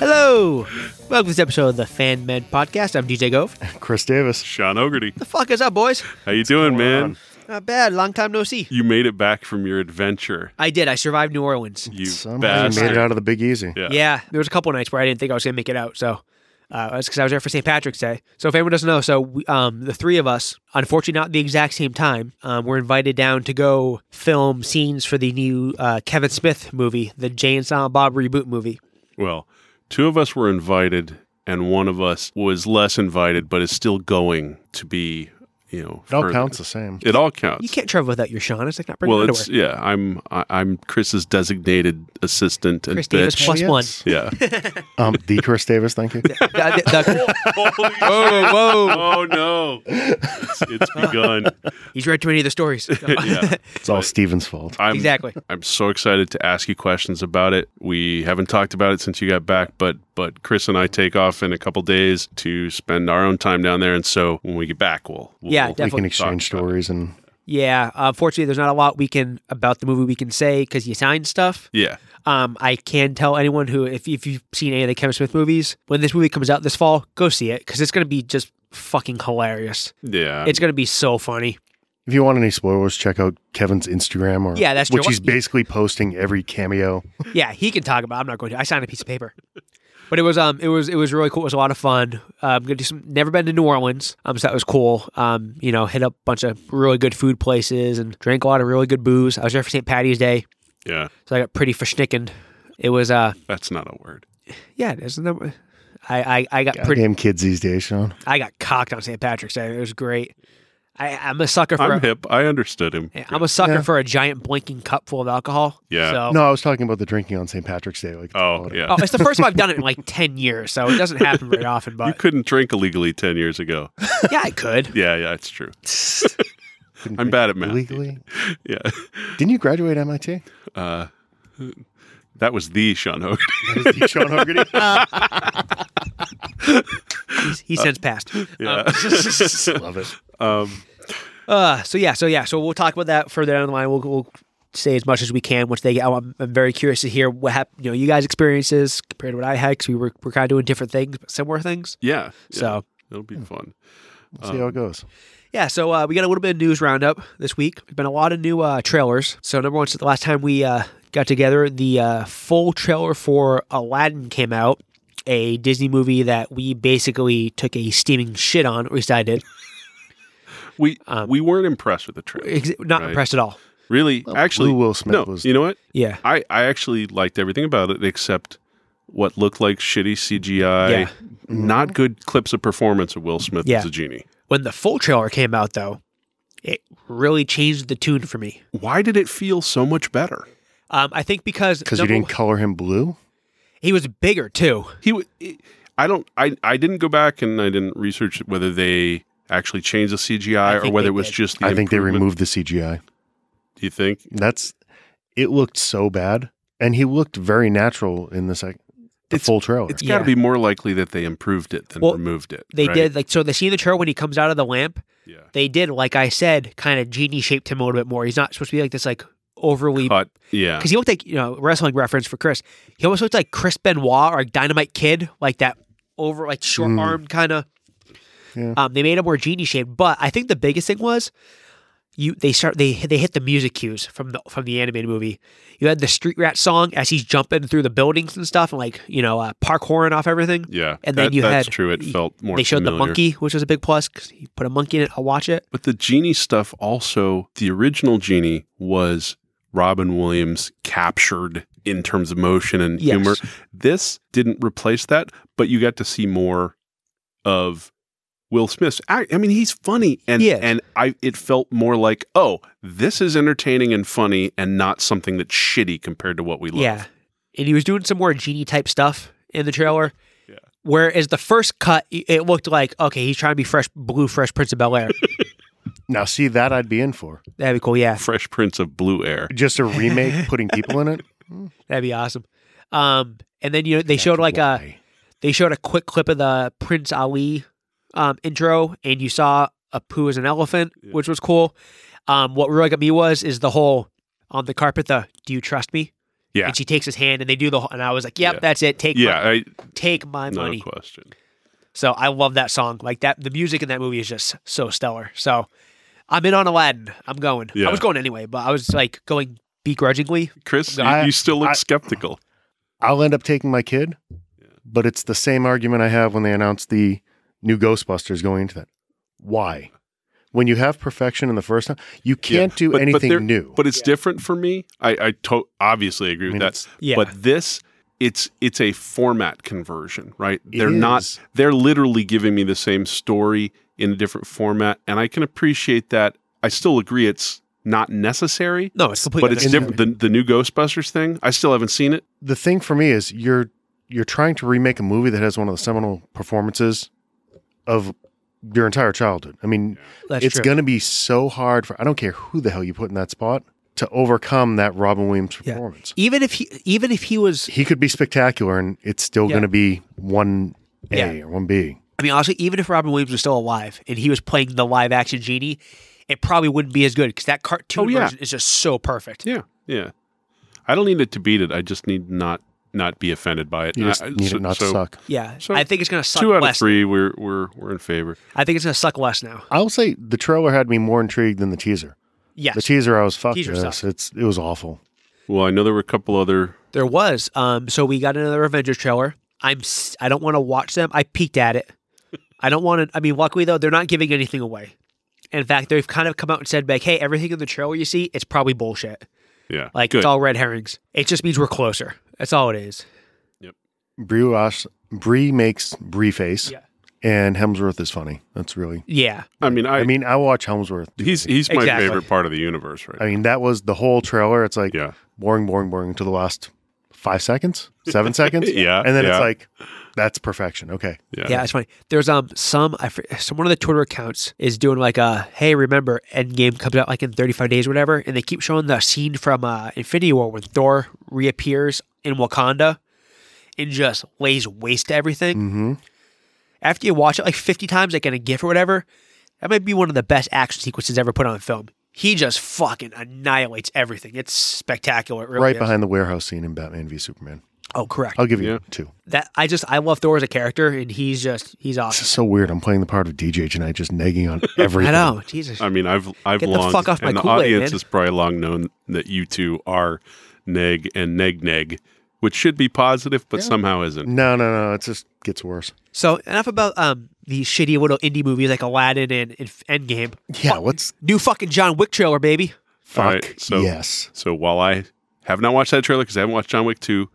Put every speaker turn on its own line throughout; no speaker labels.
Hello! Welcome to this episode of the Fan Med Podcast. I'm DJ Gove.
Chris Davis.
Sean Ogerty.
The fuck is up, boys?
How you doing, man?
on?
Not bad. Long time no see.
You made it back from your adventure.
I did. I survived New Orleans.
You
Somehow you
bastard.
made it out of the Big Easy.
Yeah.
Yeah, there was a couple nights where I didn't think I was going to make it out. So uh, that's because I was there for St. Patrick's Day. So if anyone doesn't know, so we, um, the three of us, unfortunately not at the exact same time, um, were invited down to go film scenes for the new uh, Kevin Smith movie, the Jay and Silent Bob reboot movie.
Well, two of us were invited, and one of us was less invited, but is still going to be, you know,
It all
further.
counts the same.
It all
You
counts.
can't travel without your Sean. It's like not bringing
Well,
underwear.
it's yeah. I'm I, I'm Chris's designated assistant and
Chris Davis
bitch.
plus one.
Yeah.
Um, the Chris Davis, thank you.
The- the-
whoa, whoa! Oh no! It's, it's begun.
he's read too many of the stories.
Yeah.
It's all Steven's fault.
I'm,
exactly.
I'm so excited to ask you questions about it. We haven't talked about it since you got back, but but Chris and I take off in a couple days to spend our own time down there, and so when we get back, we'll, we'll
Yeah,
we'll
We
definitely
can
talk
exchange
about it.
stories and
Yeah, unfortunately, there's not a lot we can about the movie we can say because you signed stuff.
Yeah,
Um, I can tell anyone who, if, if you've seen any of the Kevin Smith movies, when this movie comes out this fall, go see it because it's going to be just fucking hilarious.
yeah.
It's going to be so funny.
if you want any spoilers, check out Kevin's Instagram or
Yeah, that's true.
which he's basically posting every cameo.
Yeah, he can talk about. it. I'm not going to. I signed a piece of paper. But it was um it was it was really cool. It was a lot of fun. Uh, I'm gonna do some. Never been to New Orleans, um so that was cool. Um you know hit up a bunch of really good food places and drank a lot of really good booze. I was there for St. Patty's Day,
yeah.
so I got pretty fishnickened. It was uh
That's not a word.
Yeah, isn't that? I I, I got pretty.
Goddamn kids these days, Sean.
I got cocked on St. Patrick's Day. It was great. I, I'm a sucker for.
I'm
a,
hip. I understood him.
I'm a sucker
Yeah.
for a giant blinking cup full of alcohol.
Yeah.
So.
No, I was talking about the drinking on St. Patrick's Day. Like
Oh yeah.
Oh, it's the first time I've done it in like ten years, so it doesn't happen very often.
you
But
couldn't drink illegally ten years ago.
yeah, I could.
Yeah, yeah, it's true.
Couldn't
I'm
drink
bad at math.
Legally,
Yeah,
didn't you graduate MIT?
uh, that was the Sean Hogan.
That was Sean Hogarty.
He's, he since passed. Um,
yeah.
Oh.
Love it.
um,
Uh, so yeah, so yeah, so we'll talk about that further down the line. We'll, we'll say as much as we can once they get. I'm, I'm very curious to hear what happened. You know, you guys' experiences compared to what I had because we were we're kind of doing different things, but similar things.
yeah. yeah.
So hmm.
it'll be fun.
We'll see how it goes.
Yeah, so uh, we got a little bit of news roundup this week. There's been a lot of new uh, trailers. So number one, since the last time we uh, got together, the uh, full trailer for Aladdin came out, a Disney movie that we basically took a steaming shit on. Or at least I did.
We
Um,
we weren't impressed with the trailer.
Ex- Not
Right.
impressed at all.
Really, actually,
Blue Will Smith
no.
was-
You know what?
Yeah,
I I actually liked everything about it except what looked like shitty CGI.
Yeah.
Mm-hmm.
Not good clips of performance of Will Smith
Yeah.
as a genie.
when the full trailer came out though, it really changed the tune for me.
Why did it feel so much better?
Um, I think because
Because you
number
didn't
one-
color him blue.
he was bigger too.
He, w- I don't, I, I didn't go back and I didn't research whether they actually changed the
I
CGI or
think
whether
they
it was
did.
just. The
I think they
improvement.
removed the CGI.
Do you think?
That's it looked so bad, and he looked very natural in the second the
It's-
full trailer.
It's got to
Yeah.
be more likely that they improved it than
Well,
removed it.
They
right?
did like so. They see in the trailer when he comes out of the lamp.
Yeah.
they did, like I said, kind of genie shaped him a little bit more. He's not supposed to be like this, like overly
But yeah.
because he looked like you know wrestling reference for Chris. He almost looked like Chris Benoit or like Dynamite Kid, like that over like short armed kind of.
Yeah.
Um, they made him more genie shaped, but I think the biggest thing was you they start they they hit the music cues from the from the animated movie. You had the street rat song as he's jumping through the buildings and stuff, and like you know uh, parkouring off everything.
Yeah,
And then
that-
you
that's
had-
true. It felt more.
They showed the
familiar.
monkey, which was a big plus 'cause you put a monkey in it. I'll watch it.
but the genie stuff also. The original genie was Robin Williams captured in terms of motion and
Yes.
humor. This didn't replace that, but you got to see more of Will Smith's. I, I mean, he's funny, and
He is.
and I it felt more like oh, this is entertaining and funny, and not something that's shitty compared to what we love.
Yeah. And he was doing some more genie type stuff in the trailer.
Yeah.
Whereas the first cut, i- it looked like, okay, he's trying to be fresh, blue, fresh Prince of Bel Air.
now see that I'd be in for
That'd be cool. Yeah.
Fresh Prince of Blue Air.
just a remake, putting people in it.
That'd be awesome. Um, and then, you know, they showed like a,
Why?
they showed a quick clip of the Prince Ali um, intro, and you saw Apu as an elephant,
Yeah.
which was cool. Um, what really got me was, is the whole on the carpet, the do you trust me?
Yeah.
and she takes his hand, and they do the. whole And I was like, "Yep,
Yeah.
that's it. Take
yeah,
my,
I,
take my
no
money."
question.
So I love that song. Like that, the music in that movie is just so stellar. So I'm in on Aladdin. I'm going.
Yeah.
I was going anyway, but I was like going begrudgingly.
Chris, you,
I-
you still look
I-
skeptical.
I'll end up taking my kid, but it's the same argument I have when they announced the new Ghostbusters going into that. Why? When you have perfection in the first time, you can't do
but- but
anything
there-
new.
But it's
Yeah.
different for me. I, I to- obviously agree
I
with
mean,
that.
it's-
Yeah,
But this, it's it's a format conversion, right?
it
They're not.
is.
They're literally giving me the same story in a different format, and I can appreciate that. I still agree it's not necessary,
no, it's completely.
but it's
unnecessary.
different. The, the new Ghostbusters thing, I still haven't seen it.
the thing for me is you're you're trying to remake a movie that has one of the seminal performances of your entire childhood. I mean,
That's
it's
true.
going to be so hard for I don't care who the hell you put in that spot to overcome that Robin Williams
Yeah.
performance.
even if he, even if he was
He could be spectacular, and it's still
Yeah.
going to be one A
Yeah.
or one B.
I mean, honestly, even if Robin Williams was still alive and he was playing the live action genie, it probably wouldn't be as good because that cartoon
Oh, yeah.
version is just so perfect.
Yeah, yeah. I don't need it to beat it. I just need not not be offended by it.
You
And
just
I-
need
Uh, so-
it not to
so
suck.
Yeah,
So,
I think it's gonna suck
Two out of
less.
three, we're we're we're in favor.
I think it's gonna suck less now.
I'll say the trailer had me more intrigued than the teaser.
Yes,
The teaser, I was fucked.
Teaser
with this.
sucked.
It's it was awful.
Well, I know there were a couple other.
there was. Um, so we got another Avengers trailer. I'm s- I don't want to watch them. I peeked at it. I don't want to. I mean, luckily though, they're not giving anything away. In fact, they've kind of come out and said, like, hey, everything in the trailer you see, it's probably bullshit.
Yeah,
Like,
good.
it's all red herrings. It just means we're closer. That's all it is.
Brie Ross, Brie makes Brie face,
Yeah.
and Hemsworth is funny. That's really.
Yeah.
I mean, I,
I mean, I watch Hemsworth.
he's he's my
Exactly.
favorite part of the universe, right?
I mean, that was the whole trailer. It's like
yeah,
boring, boring, boring to the last five seconds, seven seconds,
Yeah,
and then
yeah.
it's like that's perfection. Okay,
yeah,
Yeah, it's funny. There's um some I fr- some one of the Twitter accounts is doing like a hey remember Endgame comes out like in 35 days or whatever, and they keep showing the scene from uh, Infinity War when Thor reappears in Wakanda and just lays waste to everything.
hmm
After you watch it like 50 times, like in a GIF or whatever, that might be one of the best action sequences ever put on film. He just fucking annihilates everything. It's spectacular. It really
right
is.
behind the warehouse scene in Batman v Superman.
Oh, correct.
I'll give you
Yeah.
two.
That I just I love Thor as a character, and he's just he's
This
awesome.
is so weird. I'm playing the part of DJ tonight, just negging on everything.
I know, Jesus.
I mean, I've I've
Get the
long
fuck off my
and the
Kool-Aid,
audience
man.
has probably long known that you two are neg and neg neg, which should be positive, but somehow isn't.
No, no, no. It just gets worse.
So enough about um these shitty little indie movies like Aladdin and, and Endgame.
Yeah, what's
New fucking John Wick trailer, baby.
fuck?
right, so-
yes,
So while I have not watched that trailer because I haven't watched John Wick two,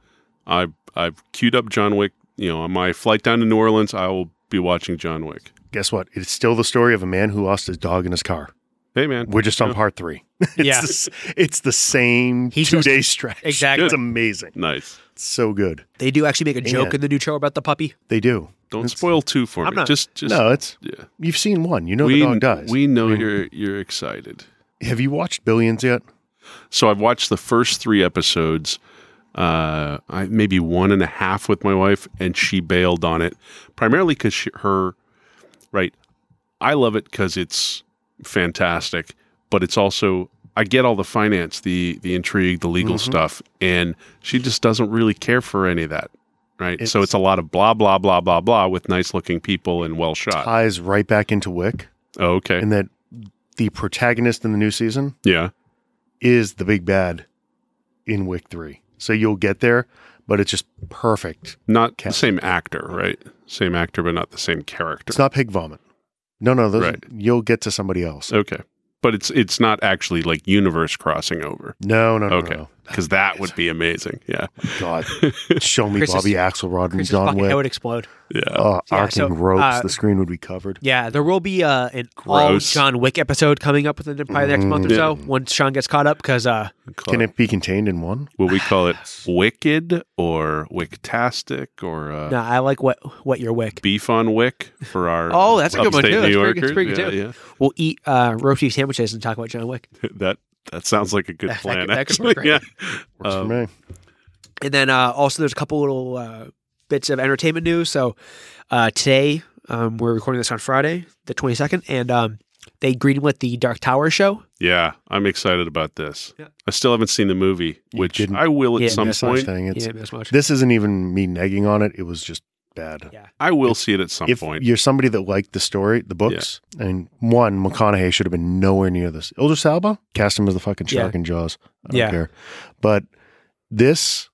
I I've queued up John Wick. You know, on my flight down to New Orleans, I will be watching John Wick.
guess what? It's still the story of a man who lost his dog in his car.
Hey man,
We're just on
Yeah.
part three. It's
Yeah.
the, s- it's the same
He
two
just-
day stretch.
Exactly.
it's amazing.
nice.
It's so good.
They do actually make a joke
Man.
in the new trailer about the puppy.
They do.
Don't
It's-
spoil two for
I'm
me.
not-
just just
no, it's
yeah.
you've seen one. You know
we
the dog dies.
we know
I mean-
you're you're excited.
Have you watched Billions yet?
So I've watched the first three episodes, uh, I, maybe one and a half with my wife, and she bailed on it primarily because her, right? I love it because it's fantastic, but it's also I get all the finance, the the intrigue, the legal
Mm-hmm.
stuff, and she just doesn't really care for any of that, right? so
It's-
it's a lot of blah blah blah blah blah with nice looking people and well shot.
Ties right back into Wick,
oh, okay,
and that the protagonist in the new season
yeah,
is the big bad in Wick Three. So you'll get there, but it's just perfect.
not the
Cast.
same actor, right? Same actor, but not the same character.
It's not pig vomit. No, no, those
Right.
you'll get to somebody else.
Okay. But it's it's not actually like universe crossing over
No, no, no,
Okay.
no, no.
because that would be amazing. Yeah.
God, show me
Chris is-
Bobby Axelrod and
Chris's
John
fucking head
Wick.
would explode.
Yeah.
Oh,
Yeah,
arcing
so,
ropes.
uh,
the screen would be covered.
Yeah, there will be uh, an all
Gross.
John Wick episode coming up within probably the next month or
Yeah.
Mm-hmm.
so once Sean gets caught up because uh,
Can it be contained in one?
Will we call it wicked or wicktastic or uh,
no, I like what what your Wick.
beef on wick for our
Oh, that's a good one,
upstate
too. That's pretty
New
good-
Yorkers?
it's pretty good,
yeah,
We'll eat uh, roast beef sandwiches and talk about John Wick.
yeah. That that sounds like a good
That- that
plan.
could- that could work,
actually. yeah.
Works
Um,
for me.
And then uh, also there's a couple little uh, bits of entertainment news. So uh, today um, we're recording this on Friday, the 22nd, and um, they greenlit the Dark Tower show.
Yeah, I'm excited about this.
Yeah.
I still haven't seen the movie,
You
which
didn't.
I will at
Yeah,
some
That's what I was
point.
saying. It's,
yeah, that's much.
This isn't even me negging on it. It was just bad.
Yeah.
I will see it at some
if
point.
you're somebody that liked the story, the books, and one McConaughey should have been nowhere near this. Ilder Salba cast him as the fucking
Yeah.
shark in Jaws. I don't
Yeah.
care. But this,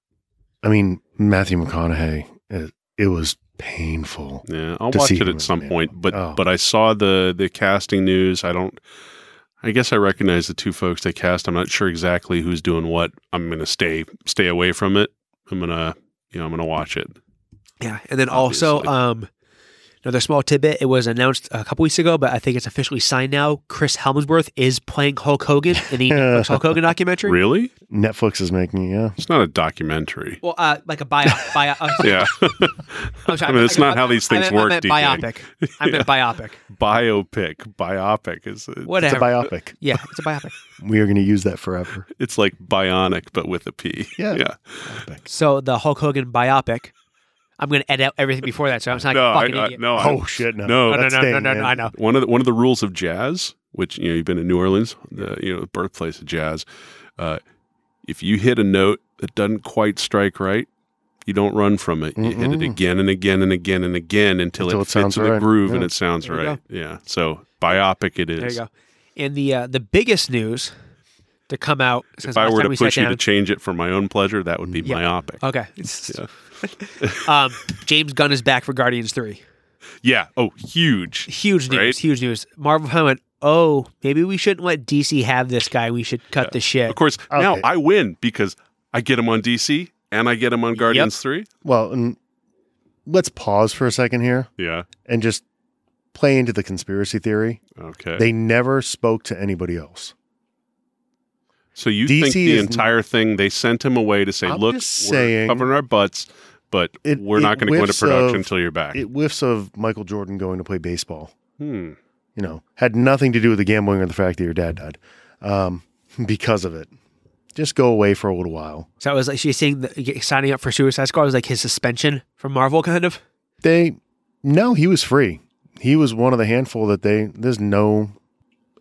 I mean, Matthew McConaughey, it, it was painful.
yeah, I'll
to
watch
see
it
him
at
as
some
Manwell.
point. But
Oh.
but I saw the the casting news. I don't. I guess I recognize the two folks they cast. I'm not sure exactly who's doing what. I'm gonna stay stay away from it. I'm gonna you know I'm gonna watch it.
Yeah, and then also
Obviously.
um, another small tidbit. It was announced a couple weeks ago, but I think it's officially signed now. Chris Helmsworth is playing Hulk Hogan in the Netflix Hulk Hogan documentary.
Really?
Netflix is making it, yeah.
It's not a documentary.
Well, uh, like a bio, bio. I'm sorry,
Yeah, I mean, it's not how these things
I meant,
work,
I meant
DK.
biopic. I meant biopic.
biopic, biopic is
It's
Whatever.
a biopic.
yeah, it's a biopic.
We are going to use that forever.
it's like bionic but with a p.
Yeah.
yeah.
Biopic.
So the Hulk Hogan biopic. I'm going to edit out everything before that, so I'm not
No,
a
I,
fucking
I,
idiot.
no, I-
Oh, shit. No.
No,
no, no,
that's
no, no,
staying,
no,
man.
no, I know.
one of the, one of the rules of jazz, which you know you've been in New Orleans, the you know birthplace of jazz. Uh, if you hit a note that doesn't quite strike right, you don't run from it. You
Mm-hmm.
hit it
Mm-mm.
again and again and again and again until,
Until
it,
it
fits
sounds
in the
right.
groove and
Yeah.
it sounds
There you
right. Yeah. So biopic it is.
There you go. And the uh, the biggest news to come out since
If I
last
were
time
to
we sat
push you
down-
to change it for my own pleasure, that would be
Yeah. Uh,
myopic.
Okay. um, James Gunn is back for Guardians 3.
yeah. Oh, huge.
Huge news.
Right?
Huge news. Marvel fan went, oh, maybe we shouldn't let DC have this guy. We should cut the shit.
Of course, now
Okay.
I win because I get him on DC and I get him on Guardians 3.
Well, and let's pause for a second here
Yeah.
and just play into the conspiracy theory.
Okay.
They never spoke to anybody else.
So you
DC
think the
is-
entire thing they sent him away to say,
I'm
"Look,
just
we're
saying-
covering our butts, but
It-
we're
it
not going to go into
whiffs
production
of-
until you're back."
It whiffs of Michael Jordan going to play baseball.
hmm.
You know, had nothing to do with the gambling or the fact that your dad died um, because of it. Just go away for a little while.
So it was like she's saying that signing up for Suicide Squad was like his suspension from Marvel, kind of.
They, no, he was free. He was one of the handful that they, there's no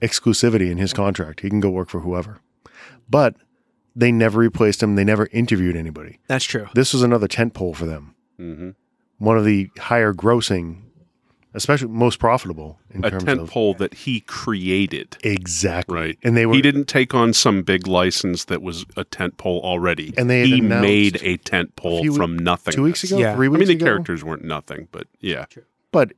exclusivity in his contract. He can go work for whoever. But they never replaced him. They never interviewed anybody.
That's true.
This was another tent pole for them.
hmm
One of the higher grossing, especially most profitable in
A
terms
tent
of
pole that he created,
Exactly.
right?
And they were
He didn't take on some big license that was a tent pole already.
And they had
he
announced
made a tent pole
a few-
from nothing.
two weeks ago,
Yeah.
three
I
weeks
mean, the
ago.
characters weren't nothing, but yeah,
But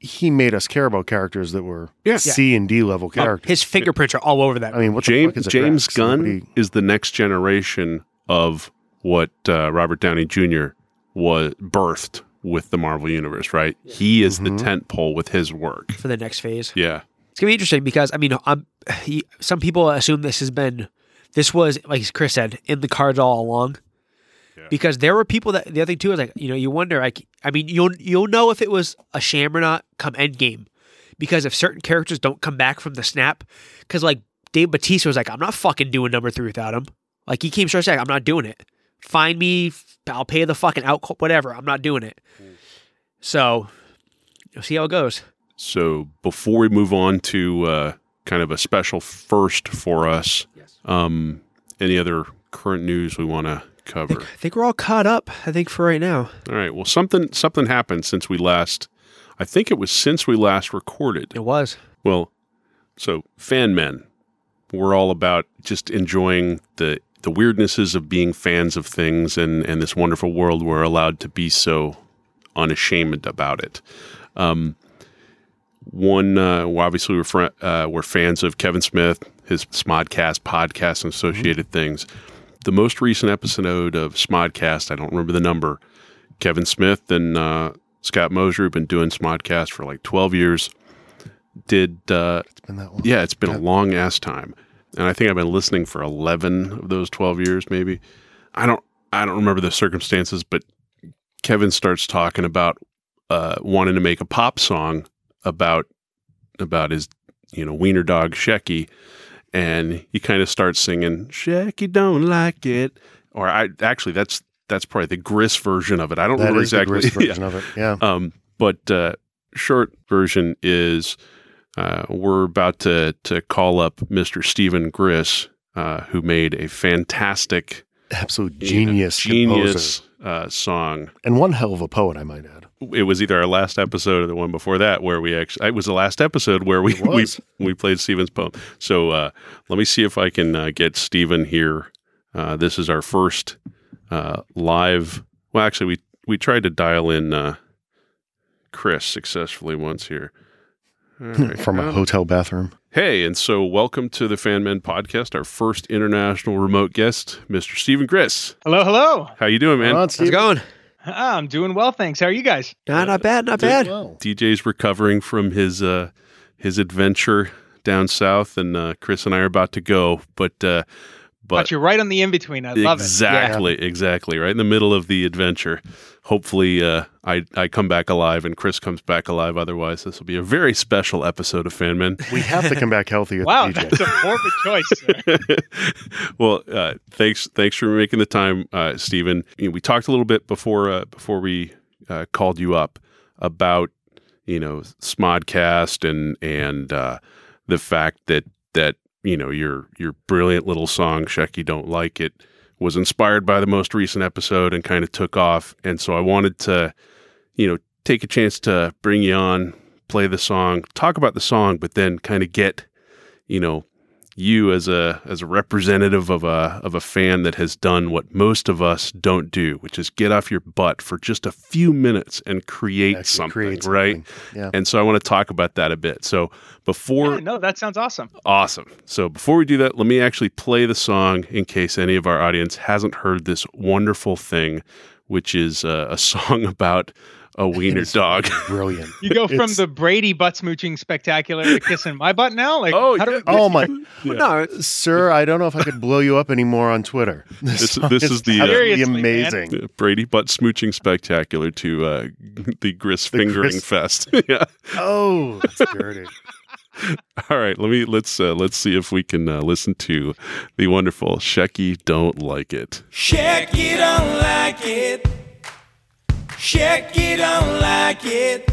he made us care about characters that were
Yeah. Oh,
C and D level characters.
His fingerprints are all over that.
I mean, what the
James
fuck is a
James
Drax?
Gunn
Somebody-
is the next generation of what uh, Robert Downey Jr. was birthed with the Marvel Universe, right? He is
Mhm.
the tent pole with his work.
for the next phase.
Yeah,
It's gonna be interesting because I mean, I'm, he, some people assume this has been, this was like Chris said in the cards all along,
Yeah.
because there were people that the other thing too is like you know you wonder like I mean you'll you'll know if it was a sham or not come Endgame, because if certain characters don't come back from the snap, because like Dave Batista was like I'm not fucking doing number three without him, like he came straight saying I'm not doing it, find me, I'll pay the fucking out whatever I'm not doing it, so you'll see how it goes.
So before we move on to uh, kind of a special first for us,
Yes.
um, any other current news we want to cover?
I think we're all caught up. I think for right now.
All right. Well, something something happened since we last. I think it was since we last recorded.
It was.
Well, so fan men, we're all about just enjoying the the weirdnesses of being fans of things and and this wonderful world we're allowed to be so unashamed about it. Um, one, uh, well, obviously, we're, fr- uh, we're fans of Kevin Smith, his Smodcast podcast, and associated things. The most recent episode of Smodcast, I don't remember the number. Kevin Smith and uh, Scott Moser have been doing Smodcast for like 12 years. Did uh,
It's been that long.
yeah, it's been a long ass time, and I think I've been listening for eleven of those twelve years, maybe. I don't, I don't remember the circumstances, but Kevin starts talking about uh, wanting to make a pop song about about his, you know, wiener dog Shecky, and he kind of starts singing Shecky don't like it, or I actually that's that's probably the Gris version of it. I don't
That
remember
is the
exactly.
Gris
Yeah.
version of it. Yeah.
Um, but uh, short version is Uh, we're about to to call up Mr. Stephen Griss, uh, who made a fantastic,
Absolute genius, composer.
genius uh, song.
and one hell of a poet, I might add.
It was either our last episode or the one before that where we actually. It was the last episode where we
It
we,
was.
we played Stephen's poem. So uh, let me see if I can uh, get Stephen here. Uh, this is our first uh, live. Well, actually, we we tried to dial in uh, Chris successfully once here. All right.
From a
Uh,
hotel bathroom.
Hey, and so welcome to the Fan Men Podcast. Our first international remote guest, Mr. Stephen Griss.
Hello, hello.
How you doing, man?
Come on,
How's it
Steve.
going?
Ah, I'm doing well, thanks. How are you guys?
Nah, not bad, not
Did-
bad.
Wow.
DJ's recovering from his uh, his adventure down south, and uh, Chris and I are about to go, but uh,
But
but
you're right on the in between. I love it.
exactly, exactly, right in the middle of the adventure. Hopefully, uh, I I come back alive, and Chris comes back alive. Otherwise, this will be a very special episode of Fan Men.
We have to come back healthy with
Wow,
the DJ.
that's a morbid choice. sir.
well, uh, thanks thanks for making the time, uh, Stephen. You know, we talked a little bit before uh, before we uh, called you up about you know Smodcast and and uh, the fact that that you know your your brilliant little song Shecky don't like it was inspired by the most recent episode and kind of took off. And so I wanted to you know take a chance to bring you on, play the song, talk about the song, but then kind of get you know you as a as a representative of a of a fan that has done what most of us don't do, which is get off your butt for just a few minutes and create
Actually
something,
create
right?
something. Yeah.
And so I want to talk about that a bit. So before
Yeah, no, that sounds awesome.
awesome. So before we do that, let me actually play the song in case any of our audience hasn't heard this wonderful thing, which is uh, a song about a wiener
It's
dog.
Brilliant.
You go from
It's-
the Brady butt smooching spectacular to kissing my butt now. Like,
oh,
how do
yeah.
we-
Oh my,
Yeah.
No, it's-
sir! I don't know if I could blow you up anymore on Twitter.
This-
song
this is the, uh,
absolutely
Seriously, man.
amazing.
Yeah, Brady butt smooching spectacular to uh, the Gris
The
fingering
Gris-
fest. yeah.
Oh, that's dirty.
All right. Let me let's uh, let's see if we can uh, listen to the wonderful Shecky don't like it.
Check it, don't like it. Check it, don't like it.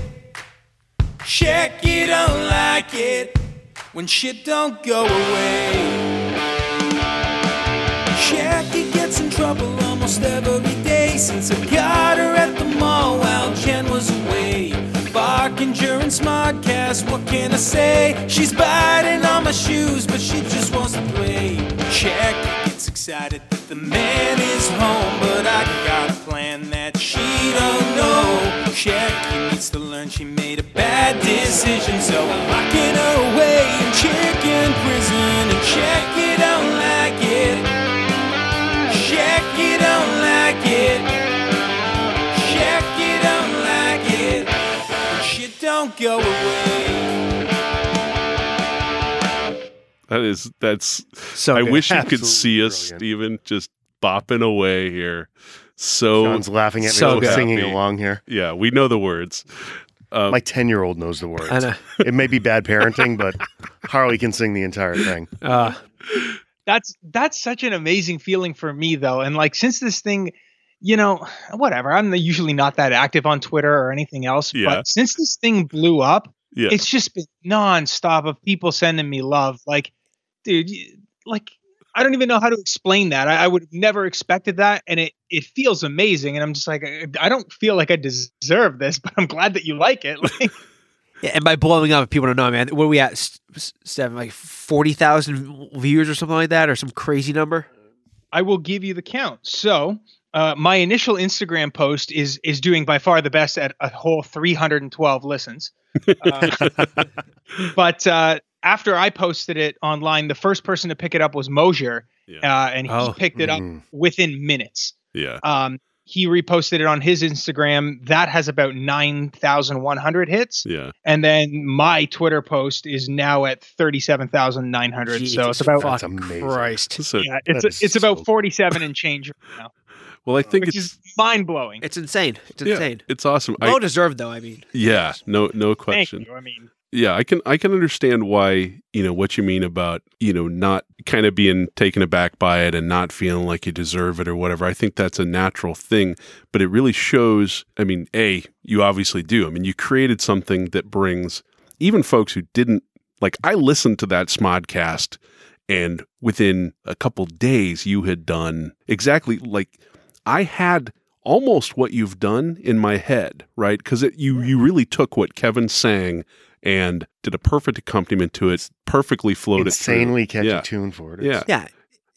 Check it, don't like it. When shit don't go away. Shecky gets in trouble almost every day since I got her at the mall while Jen was away. Barkinger and Smodcast, what can I say? She's biting on my shoes, but she just wants to play. Shecky gets excited that the man is home, but I got a plan that she don't know. Shecky needs to learn she made a bad decision, so I'm locking her away in chicken prison. And Shecky don't like it. Check you don't like it. Check you don't like it. And Shit don't go away.
That is that's.
So
I
good.
wish you could
Absolutely
see us,
brilliant.
Steven, just bopping away here. Oh, So
John's laughing at me.
So
I'm
good.
singing
happy.
along here.
yeah, we know the words. Oh.
My ten-year-old knows the words.
I know.
It may be bad parenting, but Harley can sing the entire thing.
Uh,
that's that's such an amazing feeling for me though and like since this thing you know whatever i'm usually not that active on twitter or anything else
Yeah.
but since this thing blew up
Yeah.
it's just been nonstop of people sending me love like dude you- like i don't even know how to explain that i, I would have never expected that and it it feels amazing and i'm just like I, I don't feel like i deserve this but i'm glad that you like it like
yeah, and by blowing up, people don't know, man. What are we at? S- s- Seven, like forty thousand views or something like that, or some crazy number.
I will give you the count. So uh, my initial Instagram post is is doing by far the best at a whole 312 listens. Uh, but uh, after I posted it online, the first person to pick it up was Mosier,
yeah.
uh, and he
Oh.
picked it up
Mm.
within minutes.
yeah.
Um, he reposted it on his Instagram. That has about 9,100 hits.
Yeah.
And then my Twitter post is now at 37,900. So
Jesus
it's about,
That's
fucking
amazing.
Christ.
So,
yeah,
That is
it's, it's
so-
about 47 and change right now
well, I think
which
it's
is mind blowing.
It's insane. It's
yeah,
insane.
it's awesome. I,
Well deserved, though. I mean,
yeah. No. No
Thank
question.
you. I mean,
yeah i can i can understand why you know what you mean about you know not kind of being taken aback by it and not feeling like you deserve it or whatever i think that's a natural thing but it really shows i mean a you obviously do i mean you created something that brings even folks who didn't Like I listened to that Smodcast, and within a couple days, you had done exactly like I had almost what you've done in my head, right? Because you you really took what Kevin sang and did a perfect accompaniment to it, perfectly floated, through.
Insanely catchy
Yeah.
tune for it.
yeah.
Yeah.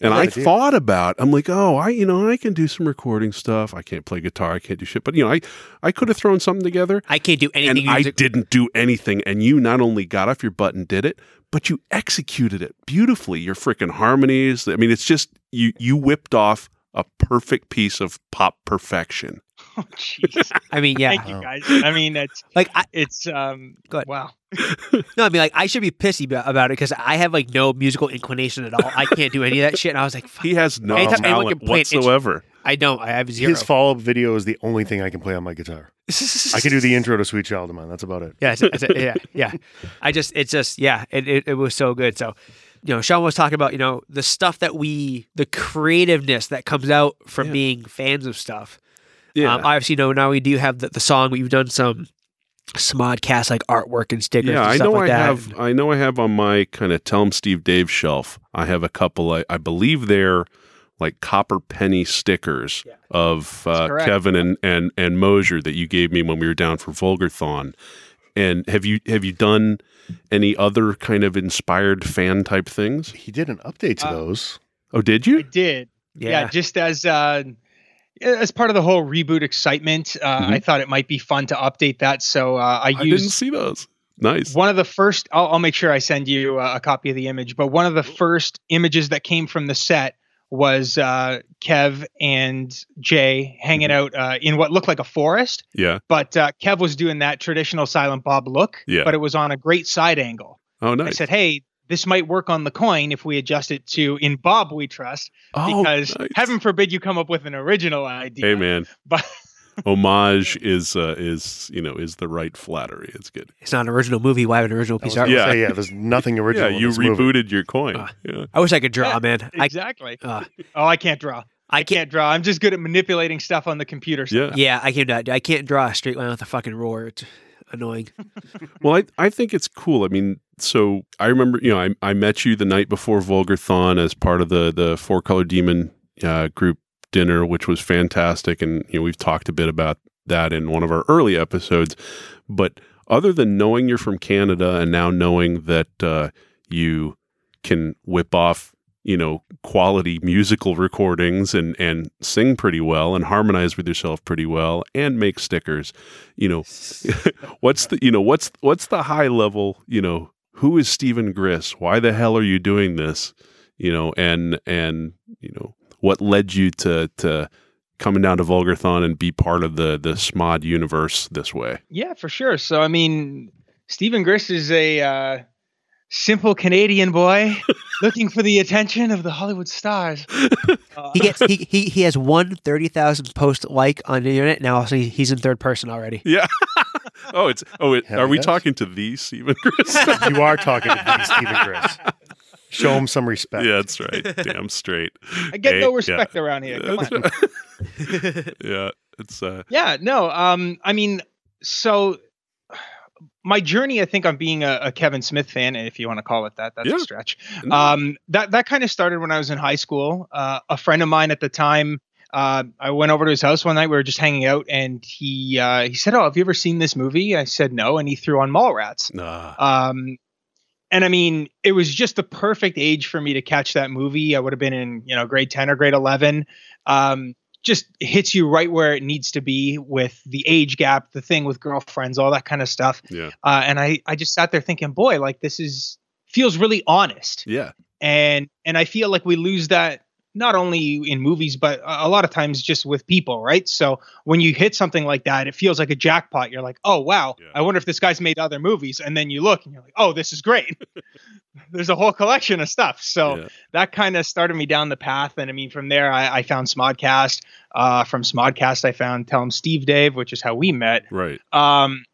And
Yeah,
I
dude.
thought about, I'm like, oh, I, you know, I can do some recording stuff. I can't play guitar. I can't do shit. But you know, I, I could have thrown something together,
I can't do
and
anything.
I
music-
didn't do anything. And you not only got off your butt and did it, but you executed it beautifully. Your freaking harmonies. I mean, it's just you, you whipped off a perfect piece of pop perfection.
Oh, jeez.
I mean, yeah.
Thank you
Wow.
guys. I mean, it's
Like I,
it's um.
Go ahead.
Wow.
no, I mean, like I should be pissy about, about it because I have like no musical inclination at all. I can't do any of that shit. And I was like, Fuck,
He has no
Anytime anyone
talent
can play an instrument-
whatsoever.
I don't. I have zero.
His follow up video is the only thing I can play on my guitar. I can do the intro to Sweet Child of Mine. That's about it.
Yeah, that's it, that's it, yeah, yeah. I just, it's just, yeah, it, it, it was so good. So, you know, Sean was talking about, you know, the stuff that we, the creativeness that comes out from
Yeah.
being fans of stuff.
Yeah.
Um, obviously, you know, now we do have the, the song, we've done some Smodcast like artwork and stickers
Yeah,
and
I
stuff
know
like
I
that.
have. I know I have on my kind of tell 'em Steve Dave shelf. I have a couple. I, I believe they're like copper penny stickers
Yeah.
of uh,
correct.
Kevin and and and Mosier that you gave me when we were down for Vulgarthon. And have you have you done any other kind of inspired fan type things?
He did an update to
Uh,
those.
Oh, did
I
you?
did.
yeah.
Yeah. just as uh, as part of the whole reboot excitement, uh,
Mhm.
I thought it might be fun to update that. So uh, I
I didn't
used
see those. Nice.
one of the first. I'll, I'll make sure I send you uh, a copy of the image. But one of the first images that came from the set was uh, Kev and Jay hanging out uh, in what looked like a forest.
Yeah.
But uh, Kev was doing that traditional Silent Bob look,
Yeah.
but it was on a great side angle.
Oh,
I
nice.
said, hey, this might work on the coin if we adjust it to in Bob we trust,
oh,
because
nice.
heaven forbid you come up with an original idea.
Hey, man.
But
Homage is uh, is you know is the right flattery. It's good.
It's not an original movie. Why have an original piece of
I
art?
was
Yeah.
gonna say, yeah. There's nothing original.
yeah,
in
you
this movie. Uh,
rebooted your coin.
Ah.
yeah.
I wish I could draw,
Yeah,
man. I,
exactly.
uh,
oh, I can't draw.
I
I can't draw. I'm just good at manipulating stuff on the computer.
Yeah.
yeah, I can't, do that. I can't draw a straight line with a fucking roar. It's annoying.
Well, I, I think it's cool. I mean, so I remember, you know, I, I met you the night before Vulgarthon as part of the the Four Color Demon uh, group dinner, which was fantastic, and you know we've talked a bit about that in one of our early episodes. But other than knowing you're from Canada and now knowing that uh, you can whip off, you know, quality musical recordings and and sing pretty well and harmonize with yourself pretty well and make stickers, you know, what's the you know what's what's the high level you know who is Stephen Griss? Why the hell are you doing this? You know, and and you know what led you to to coming down to Vulgarthon and be part of the the Smod universe this way?
Yeah, for sure. So I mean, Stephen Griss is a uh, simple Canadian boy looking for the attention of the Hollywood stars. Uh,
He gets he he, he has one thirty thousand post like on the internet now. Also, he's in third person already.
Yeah. oh, it's oh, it,
Hell
are we
yes.
talking to the Stephen Griss?
you are talking to the Stephen Chris. Show him some respect.
yeah, that's right. Damn straight.
I get
Hey,
no
yeah.
respect around here. Come on.
yeah, it's uh,
Yeah, no. Um, I mean, so my journey, I think, on being a, a Kevin Smith fan, if you want to call it that, that's
Yeah.
a stretch. Um, that that kind of started when I was in high school. Uh, a friend of mine at the time, uh, I went over to his house one night. We were just hanging out, and he uh, he said, "Oh, have you ever seen this movie?" I said, "No," and he threw on Mallrats.
nah.
Um, and I mean, it was just the perfect age for me to catch that movie. I would have been in, you know, grade 10 or grade 11. Um, just hits you right where it needs to be with the age gap, the thing with girlfriends, all that kind of stuff.
Yeah.
Uh, and I, I just sat there thinking, boy, like this is feels really honest.
yeah,
And, and I feel like we lose that not only in movies, but a a lot of times just with people. Right. So when you hit something like that, it feels like a jackpot. You're like, oh, wow,
Yeah.
I wonder if this guy's made other movies. And then you look and you're like, oh, this is great. There's a whole collection of stuff. So
yeah.
that kind of started me down the path. And I mean, from there, I, I found Smodcast. Uh, from Smodcast, I found Tell Him Steve Dave, which is how we met.
right.
Um,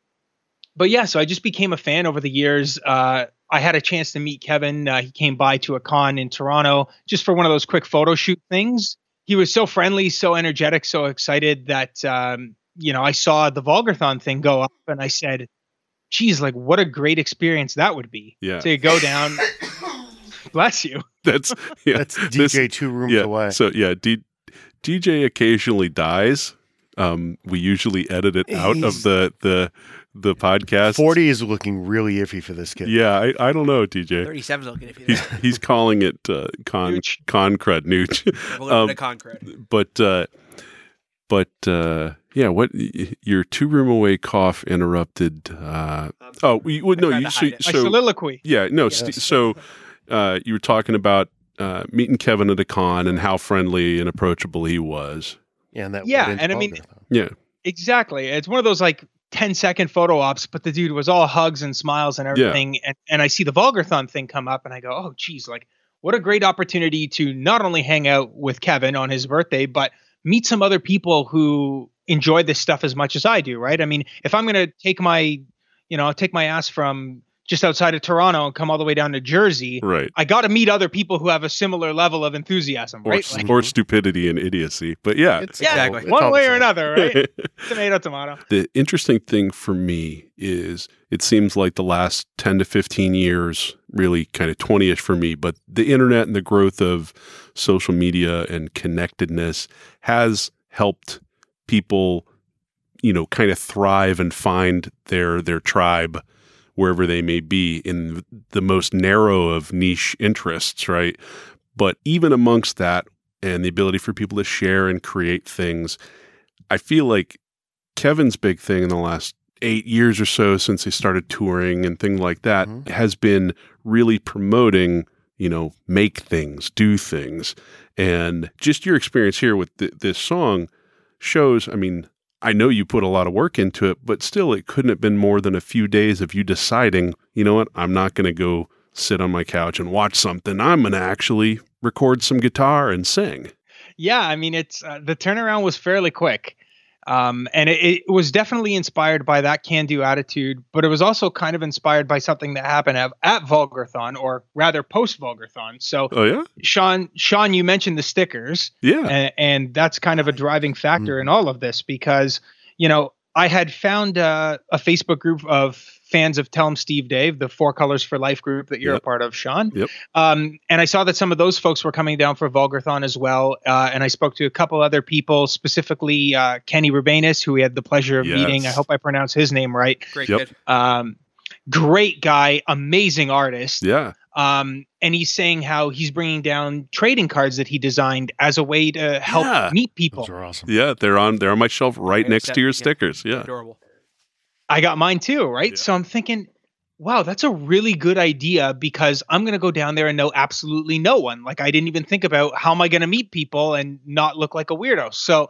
but yeah, so I just became a fan over the years. Uh, I had a chance to meet Kevin. Uh, he came by to a con in Toronto just for one of those quick photo shoot things. He was so friendly, so energetic, so excited that um, you know I saw the Vulgarthon thing go up, and I said, geez, like what a great experience that would be.
Yeah.
To go down. bless you.
That's yeah.
That's
This-
DJ two rooms
yeah.
away.
So yeah, D- DJ occasionally dies. Um, we usually edit it out of the the the podcast.
Forty is looking really iffy for this kid.
Yeah, I, I don't know, DJ.
37's looking if you
He's he's calling it uh, con
Nooch.
con crud nooch.
a
little bit
concrete.
but uh but uh yeah what y- your two room away cough interrupted uh oh we well, no
tried
you
to
so,
hide it.
My
so-
soliloquy.
yeah no st-
Yes.
so uh you were talking about uh meeting kevin at a con and how friendly and approachable he was
and that
Yeah,
wooden
and I mean-
powder.
yeah
Exactly. It's one of those like 10 second photo ops, but the dude was all hugs and smiles and everything. And, and I see the vulgar thumb thing come up and I go, oh, geez, like what a great opportunity to not only hang out with Kevin on his birthday, but meet some other people who enjoy this stuff as much as I do, right? I mean, if I'm going to take my, you know, take my ass from just outside of Toronto and come all the way down to Jersey,
right
I got to meet other people who have a similar level of enthusiasm,
or,
right?
s-
Like,
or stupidity and idiocy but yeah
It's
Yeah,
all-
exactly.
it's all
one
the
way
same.
or another, right? tomato, tomato.
the interesting thing for me is it seems like the last 10 to 15 years really kind of 20ish for me but the internet and the growth of social media and connectedness has helped people you know kind of thrive and find their their tribe wherever they may be in the most narrow of niche interests right but even amongst that and the ability for people to share and create things i feel like Kevin's big thing in the last eight years or so since he started touring and things like that
Mhm.
has been really promoting, you know, make things, do things. And just your experience here with th- this song shows, I mean, I know you put a lot of work into it, but still, it couldn't have been more than a few days of you deciding, you know what, I'm not going to go sit on my couch and watch something. I'm going to actually record some guitar and sing.
Yeah, I mean, it's uh, the turnaround was fairly quick, um, and it, it was definitely inspired by that can-do attitude, but it was also kind of inspired by something that happened at, at Vulgarthon, or rather post Vulgarthon. So,
Oh, yeah?
Sean, Sean, you mentioned the stickers,
Yeah. Mm-hmm.
and, and that's kind of a driving factor in all of this because you know I had found uh, a Facebook group of fans of Tell 'em Steve Dave, the Four Colors for Life group that you're
Yep.
a part of, Sean.
Yep.
Um, and I saw that some of those folks were coming down for Vulgarthon as well, uh, and I spoke to a couple other people, specifically uh, Kenny Rubanus, who we had the pleasure of
Yes.
meeting. I hope I pronounce his name right.
Great
Yep.
kid.
Um, great guy, amazing artist
Yeah.
um, and he's saying how he's bringing down trading cards that he designed as a way to help
Yeah.
meet people.
Those are awesome.
Yeah. They're on, they're on my shelf right
Right
next
set,
to your
yeah.
stickers. Yeah.
Adorable.
I got mine too, right?
Yeah.
So I'm thinking, wow, that's a really good idea because I'm going to go down there and know absolutely no one. Like I didn't even think about how am I going to meet people and not look like a weirdo. So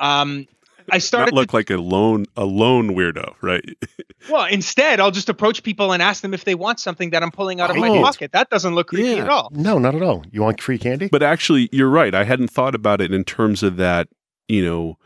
um, I started
not look like a lone a lone weirdo, right?
to, well, instead I'll just approach people and ask them if they want something that I'm pulling out of my
Right.
pocket. That doesn't look creepy
Yeah.
at all.
No, not at all. You want free candy?
But actually, you're right. I hadn't thought about it in terms of that. You know,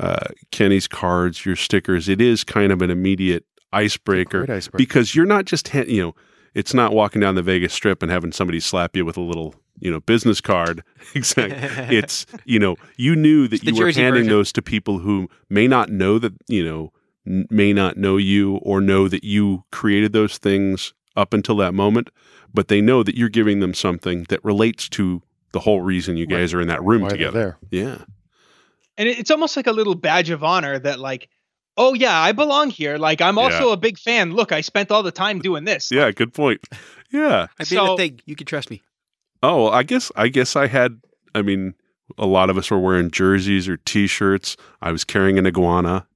uh, Kenny's cards, your stickers. It is kind of an immediate icebreaker
Great iceberg.
because you're not just hand, you know. It's not walking down the Vegas Strip and having somebody slap you with a little, you know, business card. exactly. It's you know, you knew that
It's the
you were
Jersey
handing
version.
those to people who may not know that you know n- may not know you or know that you created those things up until that moment, but they know that you're giving them something that relates to the whole reason you guys are in that room
Why they're
together.
there.
Yeah.
and it- it's almost like a little badge of honor that like oh yeah i belong here like i'm also a big fan look i spent all the time doing this
Yeah, good point. Yeah.
I made a
So-
thing. You can trust me.
Oh, well, I guess I guess I had I mean, a lot of us were wearing jerseys or t-shirts. I was carrying an iguana.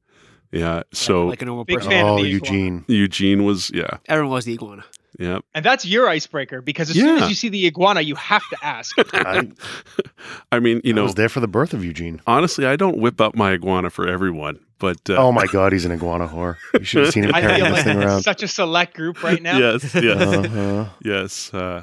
Yeah. So
like a normal
Big
person.
fan.
Oh,
of the
Eugene.
Eugene was yeah.
Everyone was the iguana.
Yeah.
and that's your icebreaker because as soon
Yeah.
as you see the iguana you have to ask
I,
I mean, you
I
know,
was there for the birth of Eugene.
honestly, I don't whip up my iguana for everyone, but uh,
Oh my God, he's an iguana whore. You should have seen him
i
carrying
feel
this thing
like
around.
such a select group right now
yes, yes,
Uh-huh.
yes. Uh,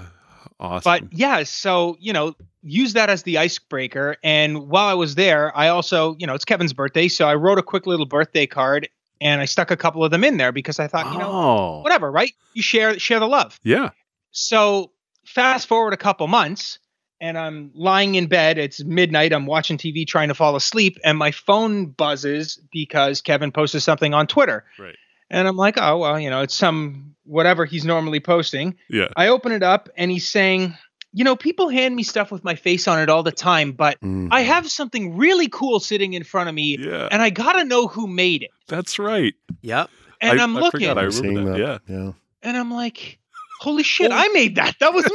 awesome.
but yeah so you know use that as the icebreaker and while i was there i also you know it's kevin's birthday so i wrote a quick little birthday card and i stuck a couple of them in there because i thought uh, you know
oh,
whatever right you share share the love
yeah.
so fast forward a couple months and i'm lying in bed it's midnight i'm watching tv trying to fall asleep and my phone buzzes because kevin posted something on twitter
Right.
And I'm like, oh, well, you know, it's some whatever he's normally posting.
Yeah.
I open it up and he's saying, you know, people hand me stuff with my face on it all the time, but
Mm.
I have something really cool sitting in front of me
Mm-hmm. Yeah.
and I got to know who made it.
That's right.
Yep.
And
I-
I, am
I
looking
forgot I
I'm
remember
seeing
that,
Yeah.
and I'm like, holy shit, I made that. That was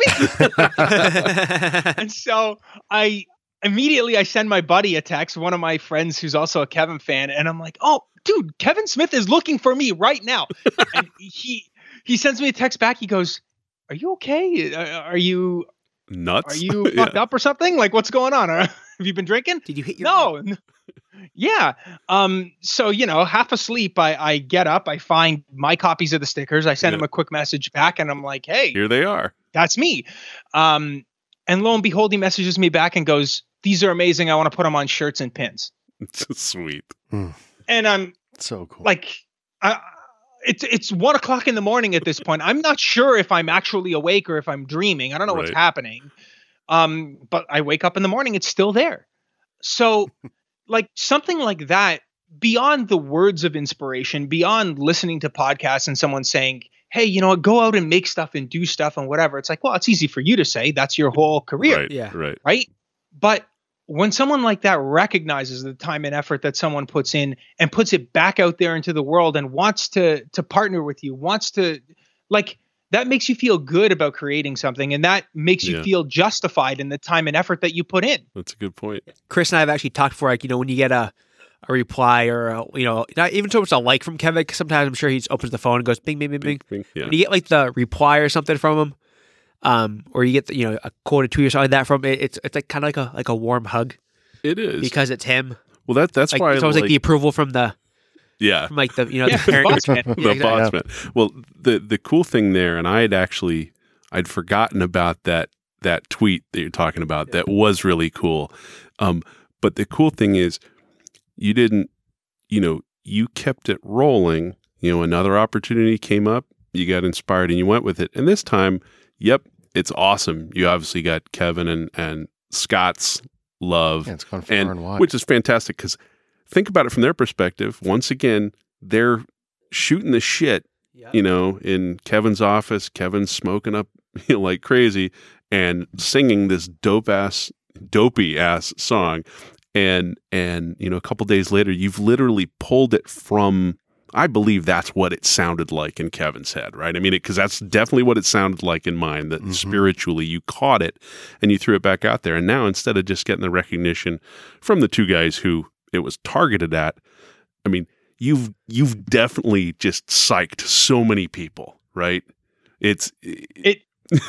me. and so I immediately I send my buddy a text, one of my friends who's also a Kevin fan, and I'm like, "Oh, dude, Kevin Smith is looking for me right now." and he he sends me a text back. He goes, "Are you okay? Uh, Are are you are
Nuts.
you
Yeah.
fucked up or something? Like what's going on? Have you been drinking?"
Did you hit your
no. n- Yeah. Um, so, you know, half asleep, I, I get up, I find my copies of the stickers, I send
Yeah.
him a quick message back, and I'm like, hey,
Here they are.
that's me. Um, and lo and behold, he messages me back and goes, these are amazing. I want to put them on shirts and pins.
It's sweet.
And I'm
So cool.
like, I, it's it's one o'clock in the morning at this point. I'm not sure if I'm actually awake or if I'm dreaming. I don't know what's
Right.
happening. Um, but I wake up in the morning, it's still there. So, like something like that, beyond the words of inspiration, beyond listening to podcasts and someone saying, "Hey, you know what? Go out and make stuff and do stuff and whatever." It's like, well, it's easy for you to say. That's your whole career
Right.
Yeah.
Right.
right? But when someone like that recognizes the time and effort that someone puts in and puts it back out there into the world and wants to to partner with you, wants to like that makes you feel good about creating something and that makes you
Yeah.
feel justified in the time and effort that you put in.
That's a good point.
Chris and I have actually talked before, like, you know, when you get a, a reply or, a, you know, not even so much a like from Kevin, 'cause sometimes I'm sure he just opens the phone and goes bing, bing, bing, bing.
Think- Yeah.
When you get like the reply or something from him, um, or you get, the, you know, a quote or two or something like that from it, it's, it's like kind of like a, like a warm hug
It is.
because it's him.
well, that that's
like,
why
it's always like,
like
the approval from the,
yeah.
from like the, you know,
Yeah,
the parent.
boss man.
Yeah,
the
exactly.
bots man. Well, the the cool thing there, and I had actually I'd forgotten about that that tweet that you're talking about that was really cool. Um, but the cool thing is you didn't, you know, you kept it rolling. You know, another opportunity came up, you got inspired, and you went with it. And this time, yep, it's awesome. You obviously got Kevin and and Scott's love
yeah, it's gone far and,
and
wide.
which is fantastic because think about it from their perspective. Once again, they're shooting the shit, you know, in Kevin's office. Kevin's smoking up you know, like crazy and singing this dope ass, dopey ass song. And and you know, a couple days later, you've literally pulled it from. I believe that's what it sounded like in Kevin's head, right? I mean, because that's definitely what it sounded like in mine. That
Mhm.
spiritually, you caught it and you threw it back out there. And now instead of just getting the recognition from the two guys who it was targeted at, I mean, you've you've definitely just psyched so many people, right? It's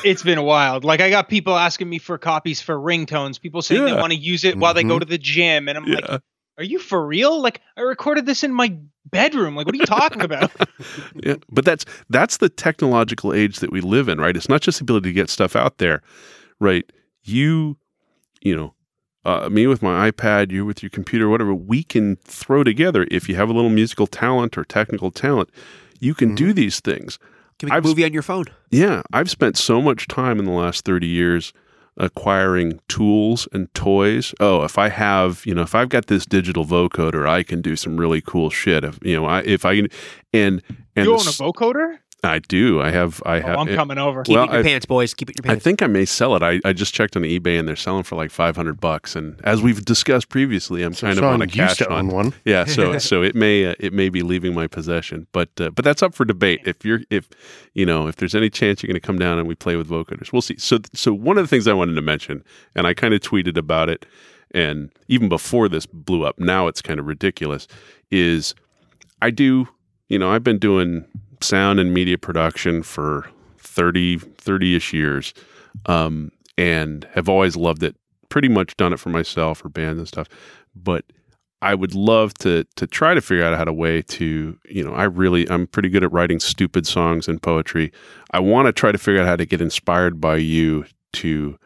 It's been wild. Like I got people asking me for copies for ringtones, people saying they
Yeah. Mm-hmm.
want to use it while they go
Mhm.
to the gym and I'm
yeah,
like, "Are you for real? Like I recorded this in my bedroom. Like what are you talking about?"
yeah. But that's that's the technological age that we live in, right? It's not just the ability to get stuff out there, right? You, you know, uh, me with my iPad, you with your computer, whatever. We can throw together if you have a little musical talent or technical talent. You can
Mm-hmm.
do these things.
Can make a
I've-
movie on your phone.
Yeah, I've spent so much time in the last 30 years acquiring tools and toys. Oh, if I have, you know, if I've got this digital vocoder, I can do some really cool shit. If, you know, I if I can and and
you
the
own a
s-
vocoder?
I do. I have I
Oh,
have
I'm
it-
coming over.
Keep
Well,
it in your
I-
pants, boys. Keep it in your
I
pants.
think I may sell it. I, I just checked on eBay and they're selling for like 500 bucks and as we've discussed previously, I'm
so
kind
Sean
of on a
used
cash
to own
hunt.
one.
Yeah, so so it may uh, it may be leaving my possession, but uh, but that's up for debate. If you're if you know if there's any chance you're going to come down and we play with vocoders, we'll see. So so one of the things I wanted to mention, and I kind of tweeted about it, and even before this blew up, now it's kind of ridiculous. Is I do you know I've been doing sound and media production for 30 30 ish years, um, and have always loved it. Pretty much done it for myself or bands and stuff, but I would love to to try to figure out how to way to you know I really I'm pretty good at writing stupid songs and poetry. I want to try to figure out how to get inspired by you to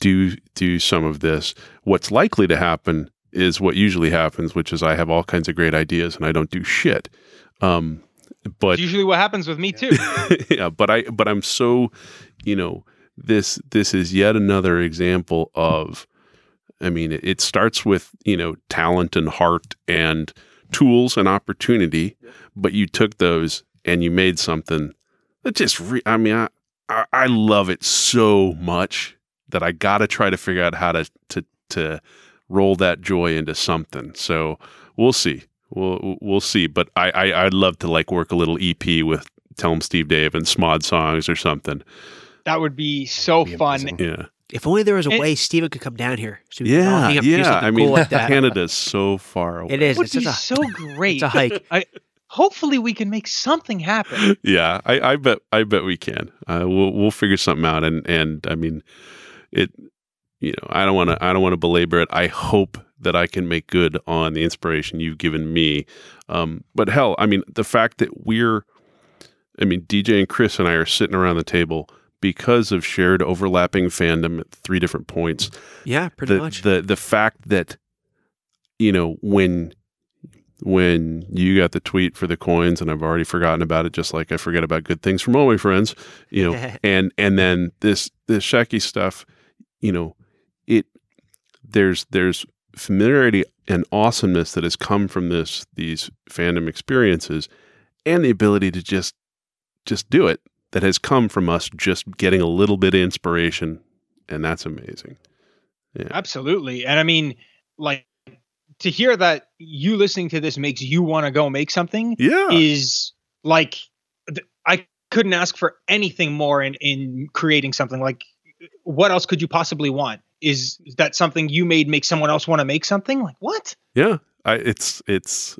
do do some of this. What's likely to happen is what usually happens, which is I have all kinds of great ideas and I don't do shit. Um, but
It's usually what happens with me too.
yeah, but I but I'm so, you know, this this is yet another example of I mean, it, it starts with, you know, talent and heart and tools and opportunity, but you took those and you made something that just, re- I mean, I, I, I love it so much that I got to try to figure out how to, to, to roll that joy into something. So we'll see. We'll, we'll see. But I, I, I'd love to like work a little EP with Tell 'em Steve Dave and Smod songs or something.
That would be so
Be
fun.
amazing.
Yeah.
If only there was a
It-
way Steven could come down here. So we could all
Yeah.
hang up and do
Yeah.
something
I mean,
cool like that.
Canada's so far away.
It is.
It would
It's
be
such a,
so
it's
great.
a hike.
Hopefully, we can make something happen.
yeah, I, I bet I bet we can. Uh, we'll we'll figure something out, and and I mean, it. You know, I don't want to I don't want to belabor it. I hope that I can make good on the inspiration you've given me. Um, but hell, I mean, the fact that we're, I mean, DJ and Chris and I are sitting around the table because of shared overlapping fandom at three different points
yeah, pretty
the,
much.
the the fact that you know when when you got the tweet for the coins and I've already forgotten about it just like I forget about good things from all my friends you know and and then this this Shecky stuff you know it there's there's familiarity and awesomeness that has come from this these fandom experiences and the ability to just just do it that has come from us just getting a little bit of inspiration and that's amazing
Absolutely. And I mean, like, to hear that you listening to this makes you want to go make something
yeah
is like, th- I couldn't ask for anything more in, in creating something. Like, what else could you possibly want? Is that something you made make someone else want to make something? Like, what?
Yeah, I, it's it's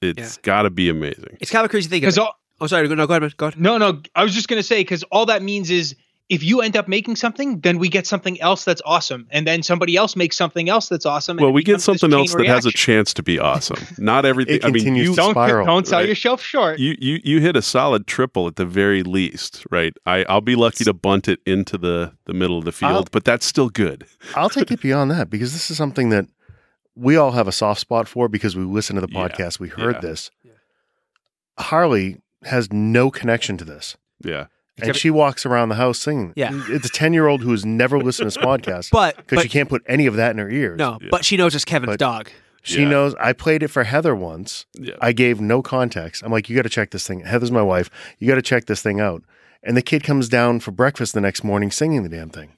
it's got to be amazing.
it's kind of a crazy thing.
Because all,
Oh, sorry. No, go ahead, man. Go ahead.
No, no. I was just gonna say because all that means is if you end up making something, then we get something else that's awesome, and then somebody else makes something else that's awesome. and
Well,
it
we get
becomes this
something
chain
else that has a
reaction.
chance to be awesome. Not everything.
It
I mean,
continues
you,
to
Don't
spiral,
don't sell
right?
yourself short.
you you you hit a solid triple at the very least, right? I I'll be lucky to bunt it into the the middle of the field,
I'll-
but that's still good.
I'll take it beyond that because this is something that we all have a soft spot for because we listen to the
Yeah.
podcast. We heard
Yeah.
this. Harley has no connection to this.
Yeah,
and she walks around the house singing.
Yeah.
It's a 10 year old who has never listened to this podcast
But,
because she
but
can't put any of that in her ears.
no,
Yeah.
but she knows it's Kevin's
But-
dog.
She
Yeah.
knows I played it for Heather once.
yeah.
I gave no context. I'm like, you got to check this thing. Heather's my wife. You got to check this thing out. And the kid comes down for breakfast the next morning singing the damn thing.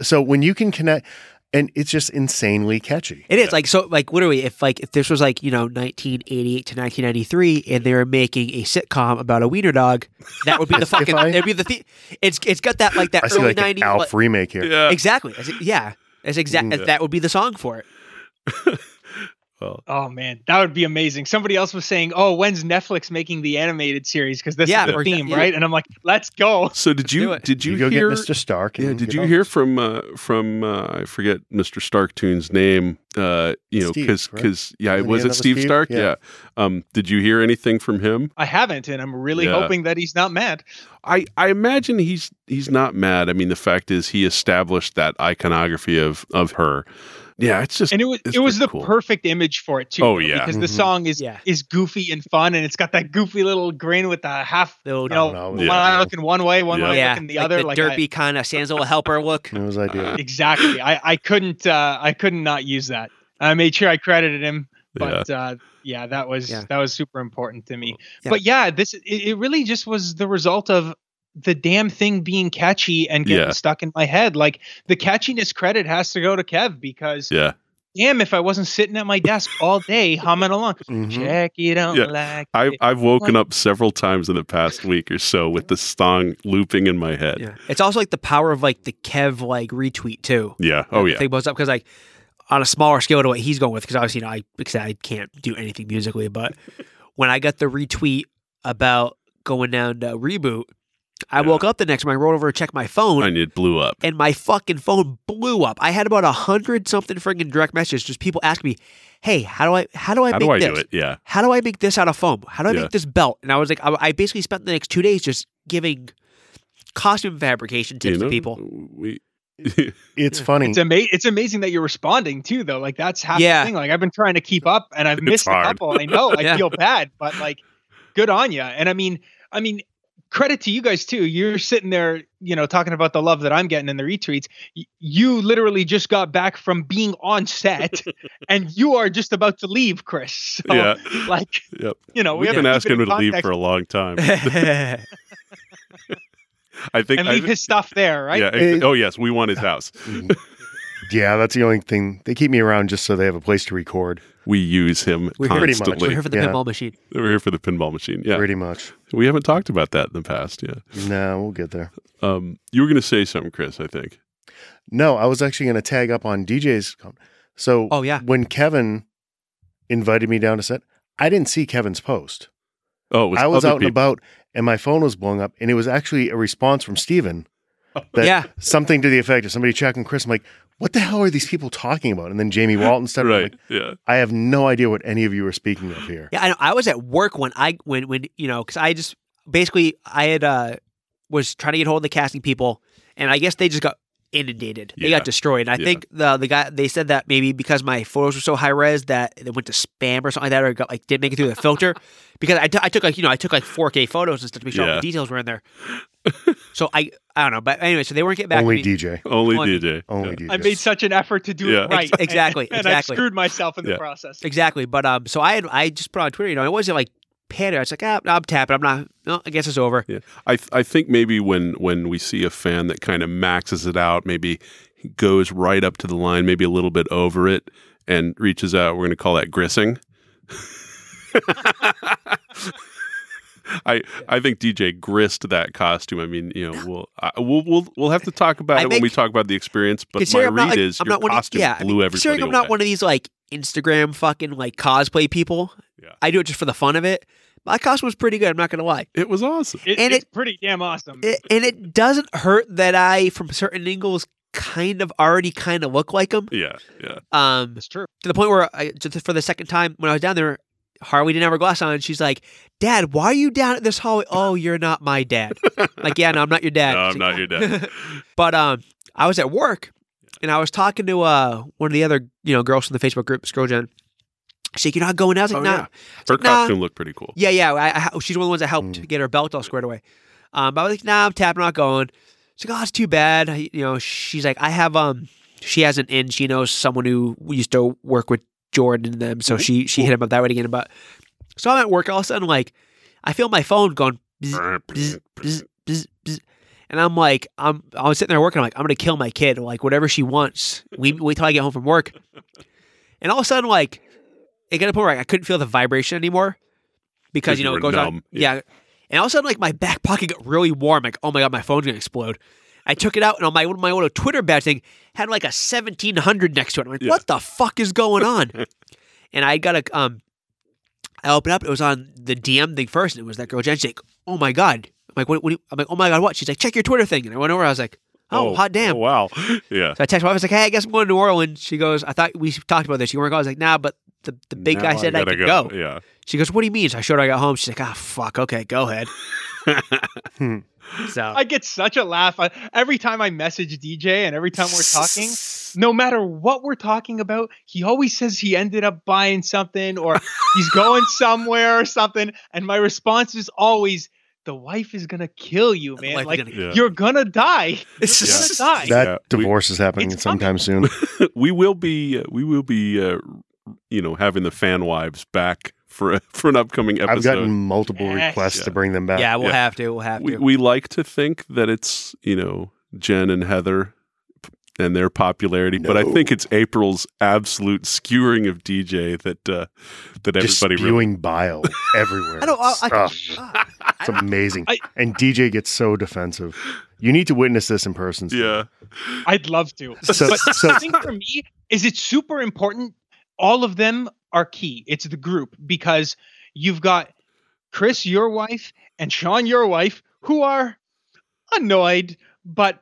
So when you can connect, and it's just insanely catchy.
It is like so, like literally, if like if this was like you know 1988 to 1993, and they were making a sitcom about a wiener dog, that would be the fucking.
I-
It'd be the. The- it's it's got that like that
I see
early
like an
90s.
Alf
like-
remake here.
yeah.
exactly. That's it- yeah. That's exactly
Uh, Yeah.
that would be the song for it.
Oh man, that would be amazing. Somebody else was saying, "Oh, when's Netflix making the animated series?" Because this
Yeah,
is the
or-
theme,
yeah.
right? And I'm like, "Let's go."
So did
do
you
it.
did you,
You, go
hear
get Mr. Stark.
Yeah,
and
did
get
you
all
hear
this.
from uh, from uh, I forget Mr. Stark Tune's name? Uh, you know,
Steve,
because
right?
yeah,
Isn't the
was
end of
it
it
Steve,
Steve?
Stark?
Yeah.
yeah. Um, did you hear anything from him?
I haven't, and I'm really
Yeah.
hoping that he's not mad.
I, I imagine he's he's not mad. I mean, the fact is he established that iconography of of her. Yeah, it's just
And it was
It's
it was the
pretty cool.
perfect image for it too.
Oh,
though,
yeah.
because the
Mhm.
song is
Yeah.
is goofy and fun, and it's got that goofy little grin with the half
The old,
you know,
no,
one
yeah.
eye looking one way, one
Yeah.
eye
yeah,
looking the
like
other,
the
like I-
derpy kind of sans little helper look.
It was
Uh,
ideal.
exactly. I, I couldn't uh, I couldn't not use that. I made sure I credited him, but yeah, uh, yeah that was
Yeah.
that was super important to me.
Yeah.
But yeah, this it, it really just was the result of the damn thing being catchy and getting
Yeah.
stuck in my head. Like the catchiness credit has to go to Kev because
yeah,
damn, if I wasn't sitting at my desk all day humming along,
Mhm.
check it out,
Mm-hmm. Yeah.
like
I um
it.
I've woken up several times in the past week or so with the song looping in my head. Yeah.
Yeah, it's also like the power of like the Kev like retweet too.
Oh
the
yeah.
thing blows up because like on a smaller scale to what he's going with because obviously you know, I because I can't do anything musically, but when I got the retweet about going down to reboot, I
Yeah.
woke up the next morning, rolled over, and checked my phone,
And it blew up.
and my fucking phone blew up. I had about a hundred something friggin' direct messages, just people asking me, "Hey, how do I how do I
How
make
do I
this?
do it? Yeah.
How do I make this out of foam? How do I
Yeah.
make this belt?" And I was like, I, I basically spent the next two days just giving costume fabrication tips
You know,
to people.
We
It's funny.
It's ama- It's amazing that you're responding too, though. Like that's half
Yeah.
the thing. Like I've been trying to keep up, and I've
It's
missed
hard.
a couple. I know. I
Yeah.
feel bad, but like, good on you. And I mean, I mean, credit to you guys too. You're sitting there, you know, talking about the love that I'm getting in the retweets. Y- You literally just got back from being on set, and you are just about to leave, Chris. So,
yeah.
like
Yep.
you know, we
We've
have
been
to keep
asking
it
him
in
to leave
context
for a long time. I think.
and
I
leave
thi-
his stuff there, right?
Yeah. ex- oh yes, we want his house.
yeah, that's the only thing. They keep me around just so they have a place to record.
We use him
We're here,
Pretty much.
constantly.
we're here for the
Yeah.
pinball machine.
We're here for the pinball machine. Yeah.
Pretty much.
We haven't talked about that in the past. Yeah.
No, we'll get there.
Um, you were going to say something, Chris. I think.
No, I was actually going to tag up on DJ's. com- So
Oh, yeah.
when Kevin invited me down to set, I didn't see Kevin's post.
Oh, it was
I was
other
out and
people.
about and my phone was blowing up and it was actually a response from Steven. That
Yeah.
Something to the effect of somebody checking Chris. I'm like, what the hell are these people talking about? And then Jamie Walton started I'm
Right.
like,
yeah.
I have no idea what any of you are speaking of here.
Yeah, I, know. I was at work when I when when you know because I just basically I had uh was trying to get hold of the casting people, and I guess they just got inundated. They
Yeah.
got destroyed. And I
Yeah.
think the the guy they said that maybe because my photos were so high res that they went to spam or something like that, or got like didn't make it through the filter because I, t- I took like you know I took like 4K photos and stuff to make sure all
Yeah.
the details were in there. so I I don't know, but anyway, so they weren't getting back.
Only
to me.
DJ.
Only
Only-
DJ.
Only DJ.
I made such an effort to do
Yeah.
it
Ex-
right. and-
exactly,
And,
exactly.
I screwed myself in
Yeah.
the process.
Exactly, but um, so I had I just put on Twitter, you know, I wasn't like panicked. I was like, ah, I'm tapping. I'm not. No, I guess it's over.
Yeah, I th- I think maybe when when we see a fan that kind of maxes it out, maybe goes right up to the line, maybe a little bit over it, and reaches out. We're going to call that grissing. I I think DJ grist that costume. I mean, you know, we'll I, we'll we'll we'll have to talk about
I
it when we
think-
talk about the experience. But my
Considering
read
I'm not, like-
is
I'm
your
not one of-
costume
yeah, I
blew
mean,
everybody
Considering
away.
I'm not one of these like Instagram fucking like cosplay people,
Yeah.
I do it just for the fun of it. My costume was pretty good. I'm not gonna lie,
it was awesome.
It,
And
it's pretty damn awesome.
Mm.
It- and it doesn't hurt that I, from certain angles, kind of already kind of look like him.
Yeah, yeah.
Um,
it's true.
to the point where I, to the- for the second time when I was down there, Harley didn't have her glass on. She's like, "Dad, why are you down at this hallway? Oh, you're not my dad. like, yeah, no, I'm not your dad.
no,
She's
I'm
like,
not your dad.
But um, I was at work, and I was talking to uh one of the other you know girls from the Facebook group Scrollgen. She's like, "You're not going." out?" I was like,
Oh,
"Nah."
yeah. Her
like, nah.
costume looked pretty cool.
Yeah, yeah. I, I, she's one of the ones that helped
Mm.
get her belt all squared away. Um, but I was like, "Nah, I'm tapping, not going." She's like, "Oh, it's too bad." I- You know, she's like, "I have um." She has an in. She knows someone who used to work with Jordan and them, so she she hit him up that way again. But so I'm at work all of a sudden, like, I feel my phone going. bzz, bzz, bzz, bzz, bzz. And I'm like, I'm I was sitting there working. I'm like, I'm gonna kill my kid. Like whatever she wants. We wait till I get home from work. And all of a sudden, like, it got to a point where I couldn't feel the vibration anymore because
'Cause
you
you
know
were
it goes
numb.
on. Yeah. And all of a sudden, like my back pocket got really warm. Like, oh my god, my phone's gonna explode. I took it out, and on my my little Twitter badge thing had like a 1700 next to it. I'm like,
Yeah.
what the fuck is going on? and I got a um, I opened up. It was on the DM thing first, and it was that girl Jen. She's like, "Oh my god!" I'm like, what, what do you, I'm like, "Oh my god, what?" She's like, "Check your Twitter thing." And I went over. I was like, "Oh, hot damn!"
oh, wow. Yeah.
So I texted my wife. I was like, "Hey, I guess I'm going to New Orleans." She goes, "I thought we talked about this. You weren't going." I was like, "Nah, but the, the big
Now
guy said I,
gotta
could go."
Yeah.
She goes, "What do you mean?" So I showed her I got home. She's like, "Ah, fuck. Okay, go ahead." so
Hmm. I get such a laugh I, every time I message DJ and every time we're talking. No matter what we're talking about, he always says he ended up buying something or he's going somewhere or something. And my response is always, "The wife is gonna kill you,
The
man.
wife is
Like
gonna
kill you."
you're gonna die. You're gonna
Yeah.
die."
that
Yeah, we-
divorce is happening
It's
sometime soon.
we will be uh, we will be uh, you know having the fan wives back for for an upcoming episode.
I've gotten multiple
Yes.
requests
Yeah.
to bring them back.
yeah, we'll
Yeah.
have to. We'll have
we,
to.
we like to think that it's you know Jen and Heather p- and their popularity, but I think
No.
it's April's absolute skewering of DJ that uh, that
Just
everybody really
spewing bile everywhere.
I don't. I, I,
Ugh,
ah, I
it's
don't-
amazing.
I-
and DJ gets so defensive. You need to witness this in person. Steve.
yeah
I'd love to.
So,
But
so
the thing for me is it's super important. All of them are key. It's the group because you've got Chris, your wife, and Sean, your wife, who are annoyed, but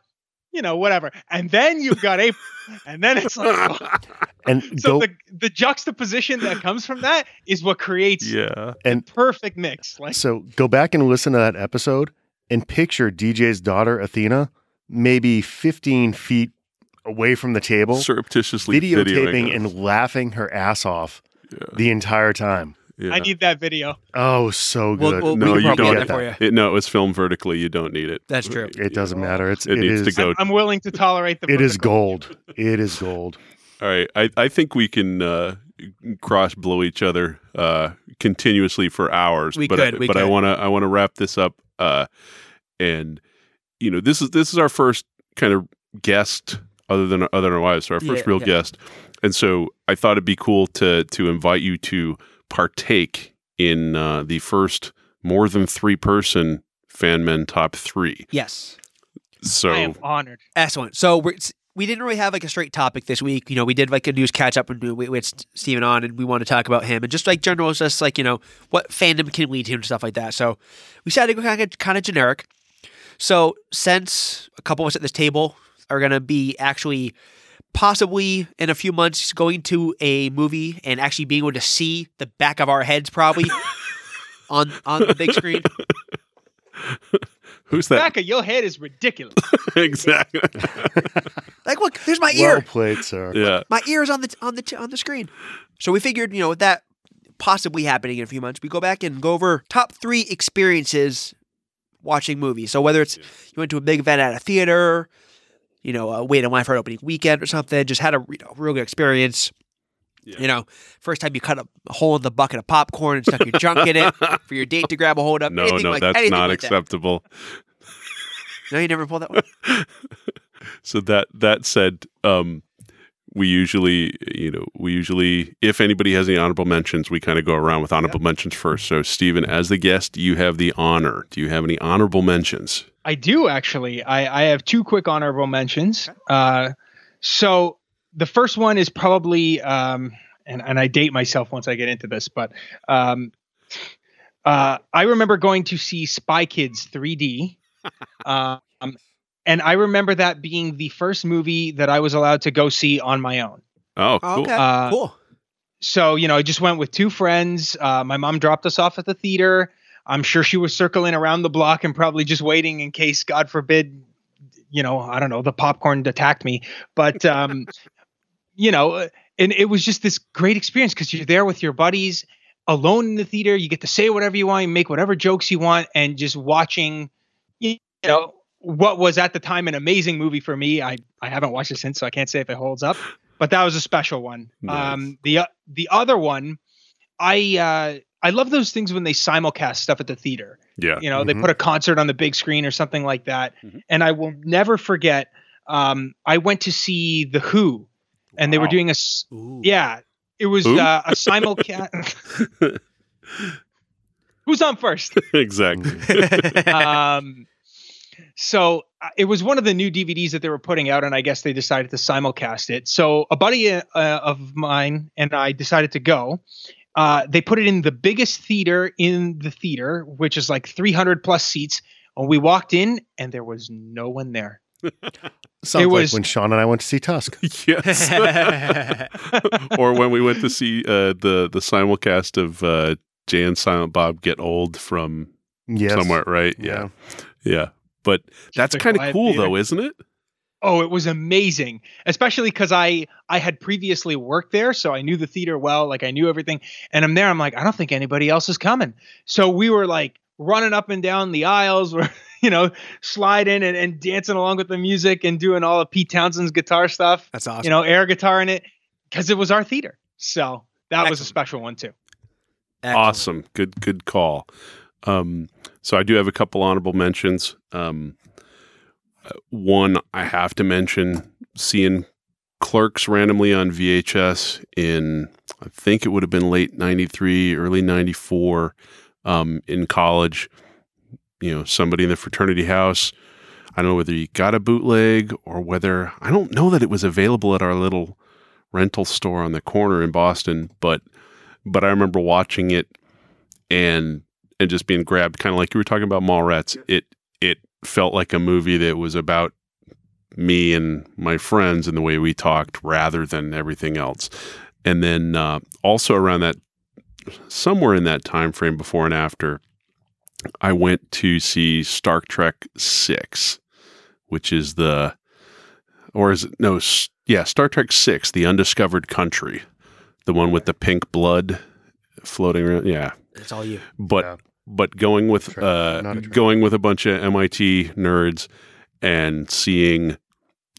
you know, whatever. And then you've got April, and then it's like
and
so
go
the, the juxtaposition that comes from that is what creates
yeah
and
perfect mix. Like
so go back and listen to that episode and picture DJ's daughter Athena maybe 15 feet away from the table,
surreptitiously videoing
videotaping
us.
and laughing her ass off
Yeah.
the entire time.
Yeah.
I need that video.
Oh, so
We'll-
good.
we'll- we can
No, you
probably
don't.
get that for you.
It, no, it's filmed vertically. You don't need it.
That's true.
It doesn't matter. It's
It
it
needs
is
to go.
I'm willing to tolerate the.
it is
vertical.
gold. It is gold.
All right. I, I think we can uh, cross blow each other uh, continuously for hours.
We
but
could,
I,
we
but I
could.
want to I want to wrap this up. Uh, and you know this is this is our first kind of guest other than other than our wives. So our first
Yeah,
real
yeah.
guest. And so I thought it'd be cool to to invite you to partake in uh, the first more than three person fan men top three.
Yes.
So
I am honored.
Excellent. So we're, s- we didn't really have like a straight topic this week. You know, we did like a news catch up and we, we had S- Steven on and we want to talk about him and just like general, just like, you know, what fandom can lead to and stuff like that. So we decided to go kind of, kind of generic. So since a couple of us at this table are going to be actually possibly in a few months going to a movie and actually being able to see the back of our heads probably on on the big screen.
who's that?
Becca, your head is ridiculous.
exactly.
Like, look, there's my ear.
Well played, sir.
yeah.
my ears on the on the on the screen. So we figured, you know, with that possibly happening in a few months, we go back and go over top three experiences watching movies. So whether it's you went to a big event at a theater, you know, uh, wait in line for an opening weekend or something, just had a you know, real good experience.
Yeah.
You know, first time you cut a hole in the bucket of popcorn and stuck your junk in it for your date to grab a hold of.
No,
anything
no,
like,
that's
anything
not
like that.
acceptable.
No, you never pulled that one.
so that that said um we usually you know we usually if anybody has any honorable mentions we kind of go around with honorable mentions first so stephen as the guest you have the honor do you have any honorable mentions
I do actually. I, I have two quick honorable mentions. Uh, so the first one is probably, um, and and I date myself once I get into this, but um, uh, I remember going to see Spy Kids 3D. Um, and I remember that being the first movie that I was allowed to go see on my own.
oh cool
Okay,
Uh,
cool.
so you know i just went with two friends uh, my mom dropped us off at the theater i'm sure she was circling around the block and probably just waiting in case god forbid you know i don't know the popcorn attacked me but um you know uh, and it was just this great experience because you're there with your buddies alone in the theater you get to say whatever you want you make whatever jokes you want and just watching you know what was at the time an amazing movie for me i i haven't watched it since so i can't say if it holds up but that was a special one
Nice.
um the o- the other one i uh i love those things when they simulcast stuff at the theater
yeah
you know they
Mhm.
put a concert on the big screen or something like that
Mhm.
and i will never forget um i went to see the who and they were
Wow.
doing a s-
Ooh.
yeah it was
Who?
uh, a simulcast who's on first
exactly
um so uh, it was one of the new DVDs that they were putting out, and I guess they decided to simulcast it. So a buddy uh, of mine and I decided to go. Uh, they put it in the biggest theater in the theater, which is like 300 plus seats. And we walked in, and there was no one there.
Sounds
It
like
was-
when Sean and I went to see Tusk.
yes or when we went to see uh the the simulcast of uh jay and silent bob get old from
Yes.
somewhere right yeah yeah, but that's
a
kind of
quiet
cool
theater.
though isn't it
Oh, it was amazing, especially because I I had previously worked there, so I knew the theater well. Like I knew everything, and I'm there. I'm like, I don't think anybody else is coming. So we were like running up and down the aisles, we're you know sliding and, and dancing along with the music and doing all of Pete Townsend's guitar stuff,
That's awesome.
you know, air guitar in it, because it was our theater. So that was a
Excellent.
special one too.
Excellent.
Awesome. Good good call. Um, so I do have a couple honorable mentions. Um, uh, one I have to mention seeing Clerks randomly on VHS in I think it would have been late 93, early 94 um, in college. You know, somebody in the fraternity house. I don't know whether he got a bootleg or whether I don't know that it was available at our little rental store on the corner in Boston, but but I remember watching it and and just being grabbed, kind of like you were talking about Mallrats. It it felt like a movie that was about me and my friends and the way we talked, rather than everything else. And then uh, also around that, somewhere in that time frame, before and after, I went to see Star Trek Six, which is the or is it no? s- Yeah, Star Trek Six, the Undiscovered Country the one with the pink blood floating around. Yeah,
It's all you.
but
Yeah.
but going with
Sure.
uh,
Not a trend.
going with a bunch of MIT nerds and seeing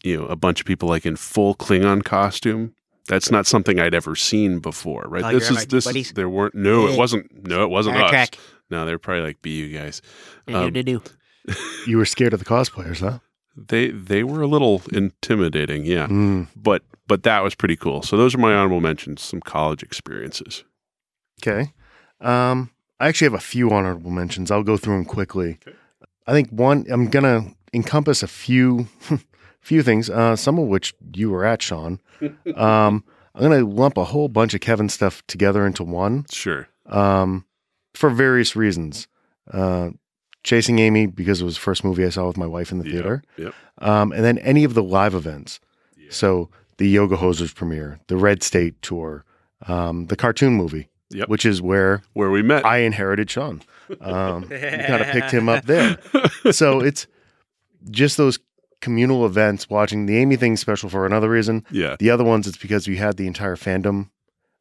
you know a bunch of people like in full Klingon costume. That's not something I'd ever seen before, right?
Oh,
this
you're
is
right,
this.
buddies.
There weren't no,
Hey.
it wasn't no, it wasn't us.
Backtrack.
No, they're probably like, "Be you guys."
No,
Um,
no, no, no.
You were scared of the cosplayers, huh?
They they were a little intimidating, yeah.
Mm.
But but that was pretty cool. So those are my honorable mentions. Some college experiences.
Okay. Um, I actually have a few honorable mentions. I'll go through them quickly. I think one I'm gonna encompass a few few things, uh, some of which you were at, Sean. Um, I'm gonna lump a whole bunch of Kevin stuff together into one
Sure.
um, for various reasons. Uh, Chasing Amy because it was the first movie I saw with my wife in the theater.
Yep.
um, and then any of the live events.
Yeah.
So the Yoga Hosers premiere, the Red State tour, um, the cartoon movie,
Yep. Uh,
which is where
Where we met.
I inherited Sean. Um, you kind of picked him up there. So it's just those communal events. Watching the Amy thing special for another reason.
yeah.
The other ones, it's because we had the entire fandom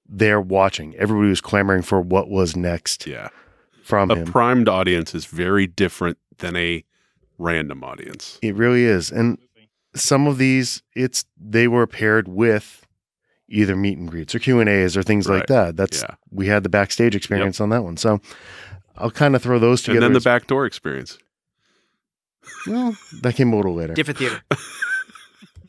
there watching. Everybody was clamoring for what was next
Yeah.
from
A
him.
primed audience is very different than a random audience.
It really is. And some of these, it's they were paired with either meet and greets or Q and A's or things like
Right.
that. That's
Yeah.
we had the backstage experience on that one. So I'll kind of throw those
And
together.
then the
as-
back door experience.
well, that came a little later.
Different theater.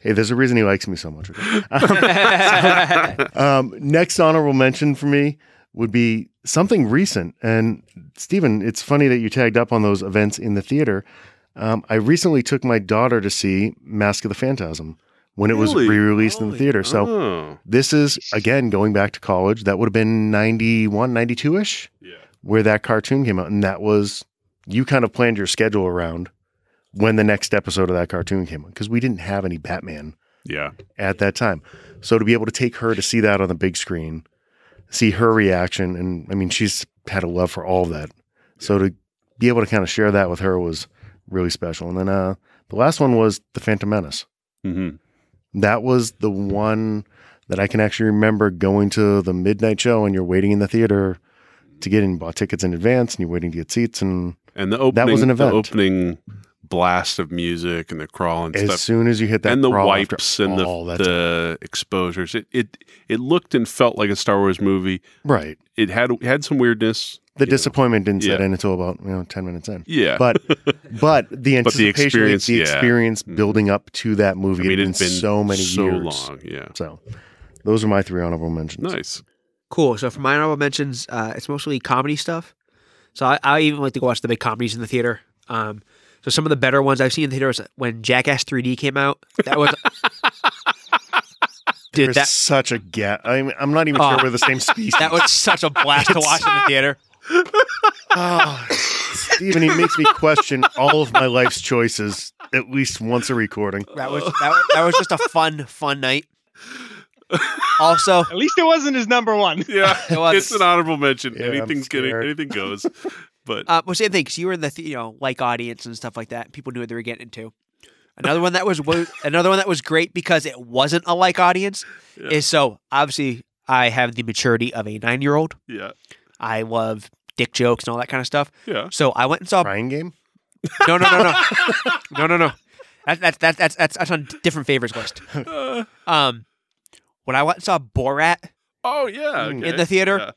Hey, there's a reason he likes me so much. Um, okay?
That's
um, next honorable mention for me would be something recent. And Stephen, it's funny that you tagged up on those events in the theater. Um, I recently took my daughter to see Mask of the Phantasm when it was
Really?
re-released in the theater. So
Oh.
This is, again, going back to college. That would have been 91, 92 ish,
Yeah.
where that cartoon came out. And that was, you kind of planned your schedule around when the next episode of that cartoon came out because we didn't have any Batman
Yeah.
at that time. So to be able to take her to see that on the big screen, see her reaction, and I mean, she's had a love for all of that. So to be able to kind of share that with her was really special. And then uh, the last one was The Phantom Menace.
Mm-hmm.
That was the one that I can actually remember going to the midnight show and you're waiting in the theater to get in, bought tickets in advance and you're waiting to get seats. And
And the opening
was an
the
event.
opening blast of music and the crawl and
as
stuff.
soon as you hit that,
and the
crawl after
wipes and the,
all that time-
the exposures. It, it it looked and felt like a Star Wars movie.
right.
It had had some weirdness.
The
you know.
disappointment didn't set
Yeah.
in until about, you know, 10 minutes in.
Yeah.
But, but the anticipation,
But the experience,
the
yeah.
experience
Mhm.
building up to that movie,
I mean,
had
it's been
so many
so
years.
long. Yeah.
So those are my three honorable mentions.
Nice.
cool. So for my honorable mentions, uh, it's mostly comedy stuff. So I, I even like to go watch the big comedies in the theater. Um, so some of the better ones I've seen in the theater was when Jackass 3D came out. That was. Dude,
There's
that
such a gap. I'm, I'm not even
Oh.
sure we're the same species.
That was such a blast to watch in the theater.
Oh, Steven, he makes me question all of my life's choices at least once a recording.
That was that was, that was just a fun fun night. Also,
At least it wasn't his number one.
Yeah.
It was.
It's an honorable mention.
Yeah, I'm
Anything's getting
scared.
anything goes. But
uh, well, same thing because you were in the th- you know like audience and stuff like that. People knew what they were getting into. Another one that was wo- another one that was great because it wasn't a like audience
Yeah.
is so obviously I have the maturity of a nine year old.
yeah.
I love dick jokes and all that kind of stuff.
Yeah.
So I went and saw
Crying game?
no no no no no no no that's that's that's that's that's that's on different favors list.
Uh,
Um, when I went and saw Borat
oh yeah.
Mm.
okay.
in the theater,
Yeah.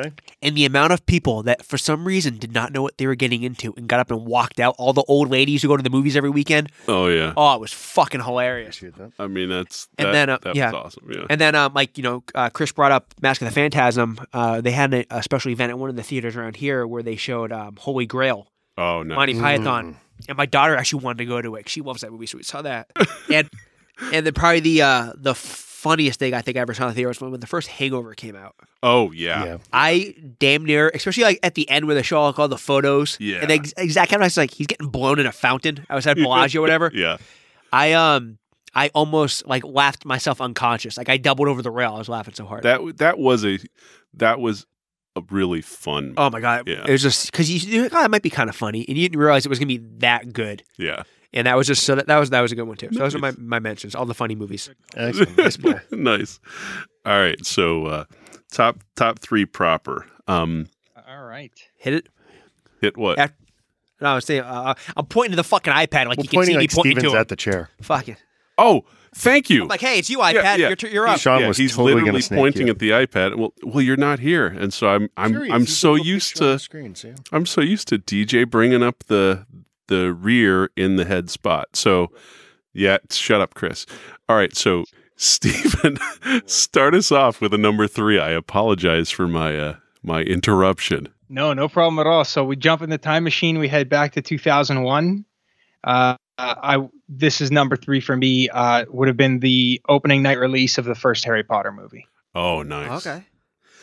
Okay.
and the amount of people that for some reason did not know what they were getting into and got up and walked out all the old ladies who go to the movies every weekend
Oh yeah.
oh it was fucking hilarious
Appreciate that.
I mean that's that,
And then, uh,
that
yeah.
was awesome. Yeah.
and then um, like you know uh, chris brought up mask of the phantasm uh, they had a, a special event at one of the theaters around here where they showed um, holy grail
oh no.
monty
Mm,
python and my daughter actually wanted to go to it 'cause she loves that movie so we saw that and and then probably the uh, the funniest thing i think i ever saw in the theater was when, when the first hangover came out
Oh
Yeah.
yeah.
I damn near, especially like at the end where they show like all the photos.
Yeah.
And ex- exact I was like, he's getting blown in a fountain outside Bellagio or whatever.
Yeah.
I um, I almost like laughed myself unconscious. Like I doubled over the rail. I was laughing so hard.
That w- that was a that was a really fun.
oh my god!
Yeah.
It was just because you you're like, oh, that might be kind of funny, and you didn't realize it was gonna be that good.
yeah.
And that was just so that, that was that was a good one too. So those are my
Nice.
my mentions. All the funny movies.
Excellent. Nice play.
nice. All right. So uh, Top top three proper. Um,
All right.
Hit it.
hit what?
Af- No, I was saying, uh, I'm pointing to the fucking iPad like
We're
you can see
pointing
me
like
pointing
Stevens
to it.
at the chair.
Fuck it.
Oh, thank you.
I'm like, hey, it's you, iPad.
yeah.
You're, you're up.
Sean
Yeah,
was
he's
totally going
literally
to snake
pointing
you.
at the iPad. Well, well, you're not here, and so I'm I'm I'm so used to
screen, Sam.
I'm so used to DJ bringing up the the rear in the head spot. So yeah, shut up, Chris. All right, so Stephen, start us off with a number three. I apologize for my uh, my interruption.
No, no problem at all. So we jump in the time machine. We head back to 2001. Uh, I this is number three for me. Uh, would have been the opening night release of the first Harry Potter movie.
Oh, nice.
Okay.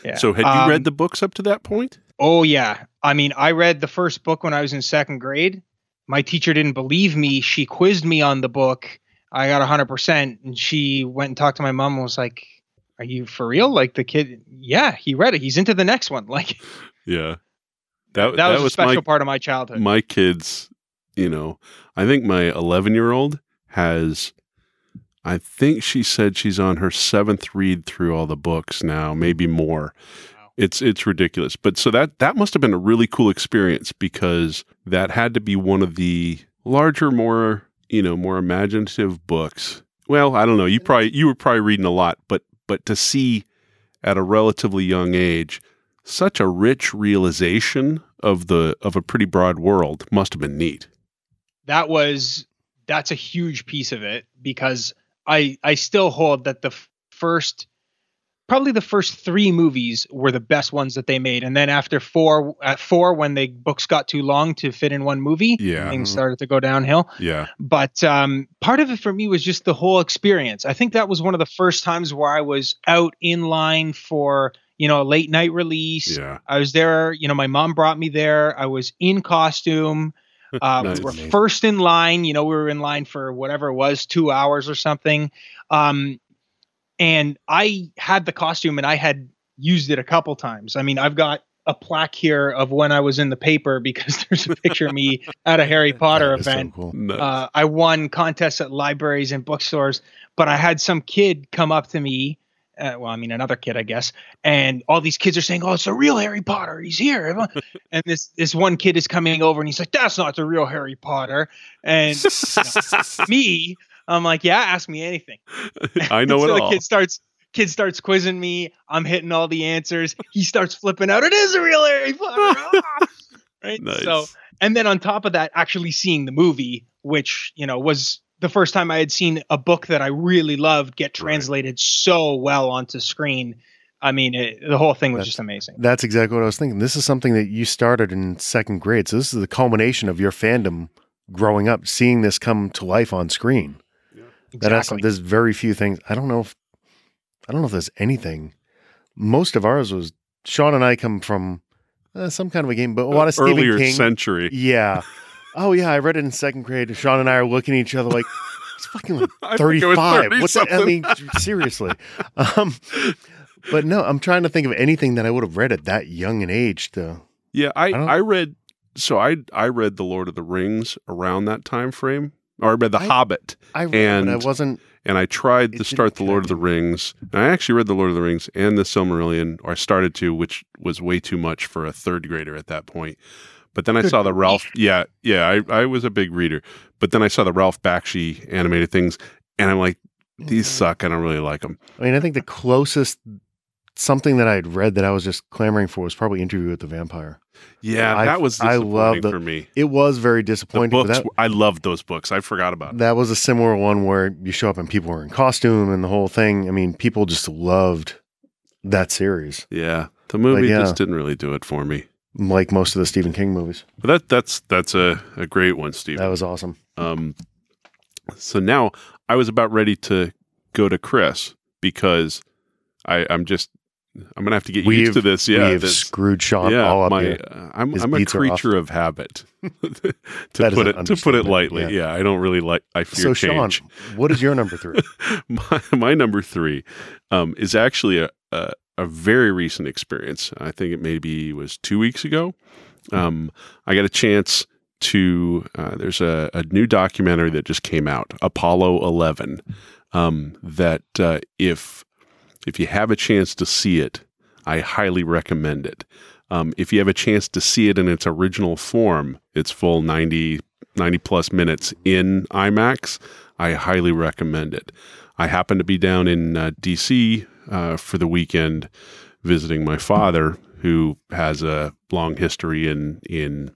Yeah.
So had you
Um,
read the books up to that point?
Oh yeah. I mean, I read the first book when I was in second grade. My teacher didn't believe me. She quizzed me on the book. I got 100% and she went and talked to my mom and was like, "Are you for real? Like the kid, yeah, he read it. He's into the next one." Like
Yeah.
that,
Oh, That,
was, a special
my
part of my childhood.
my kids, you know, I think my 11 year old has, I think she said she's on her seventh read through all the books now, maybe more.
Wow.
It's it's ridiculous. But so that that must have been a really cool experience because that had to be one of the larger, more you know, more imaginative books. Well, I don't know. You probably you were probably reading a lot, but but to see at a relatively young age such a rich realization of the of a pretty broad world must have been neat.
that was that's a huge piece of it because I I still hold that the f- first probably the first three movies were the best ones that they made and then after four at four when the books got too long to fit in one movie
Yeah.
things started to go downhill
Yeah.
but um, part of it for me was just the whole experience i think that was one of the first times where i was out in line for you know a late night release
Yeah.
I was there. You know, my mom brought me there. I was in costume. Uh,
Nice.
We were first in line. You know, we were in line for whatever it was, two hours or something. Um, and I had the costume and I had used it a couple times. I mean, I've got a plaque here of when I was in the paper because there's a picture of me at a Harry Potter
That is so
event
cool.
Nuts.
uh, I won contests at libraries and bookstores, but I had some kid come up to me. Uh, well, I mean, another kid, I guess. And all these kids are saying, "Oh, it's the real Harry Potter. He's here." and this this one kid is coming over, and he's like, "That's not the real Harry Potter." And me, I'm like, "Yeah, ask me anything."
I know
so
it
the
all.
kid starts kid starts quizzing me. I'm hitting all the answers. He starts flipping out. It is a real Harry Potter. Ah! right.
Nice.
So and then on top of that, actually seeing the movie, which you know was the first time I had seen a book that I really loved get translated so well onto screen. I mean, it, the whole thing was
That's-
just amazing.
That's exactly what I was thinking. This is something that you started in second grade. So this is the culmination of your fandom growing up, seeing this come to life on screen. That has-
Exactly.
there's very few things. I don't know if I don't know if there's anything. Most of ours was Sean and I come from uh, some kind of a game, but a lot of Stephen
earlier
King.
century.
Yeah. Oh yeah, I read it in second grade. Sean and I are looking at each other like it's fucking like
I think it was
35.
30
What's that? I
something.
mean, seriously. Um, but no, I'm trying to think of anything that I would have read at that young an age. To
Yeah, I,
don't-
I, read so I I read The Lord of the Rings around that time frame. Or I read The
I-
Hobbit.
I read, but I
And-
wasn't.
and I tried
It
to
didn't
start the Lord of the
connect.
Rings. And I actually read the Lord of the Rings and the Silmarillion, or I started to, which was way too much for a third grader at that point. But then I saw the Ralph. Yeah, yeah, I, I was a big reader. But then I saw the Ralph Bakshi animated things, and I'm like, these
Mm-hmm.
suck. I don't really like them.
I mean, I think the closest something that I had read that I was just clamoring for was probably Interview with the Vampire.
Yeah,
I-
that was
I
disappointing
love the-
for me.
It was very
The
disappointing. but
books,
that,
were- I loved those books. I forgot about them.
that was a similar one where you show up and people are in costume and the whole thing. I mean, people just loved that series,
Yeah, the movie
Mm. yeah.
just didn't really do it for me.
like most of the Stephen King movies.
But that that's that's a, a great one, Steve.
That was awesome.
Um, so now I was about ready to go to Chris because I, I'm just I'm gonna have to get used to this. Yeah,
we have
this-
screwed Sean all up
my,
here.
uh, I'm
His
I'm a
beats are off.
creature of habit. to
That is an
put it to put it
understatement,
lightly, yeah.
yeah.
I don't really like. I fear
So
change.
Sean, what is your number three?
my, my number three um, is actually a, a a very recent experience. I think it maybe was two weeks ago. Um, I got a chance to. Uh, there's a, a new documentary that just came out, Apollo 11. Um, that uh, if if you have a chance to see it, I highly recommend it. Um, if you have a chance to see it in its original form, its full 90, 90 plus minutes in IMAX, I highly recommend it. I happened to be down in uh, DC uh, for the weekend visiting my father, who has a long history in, in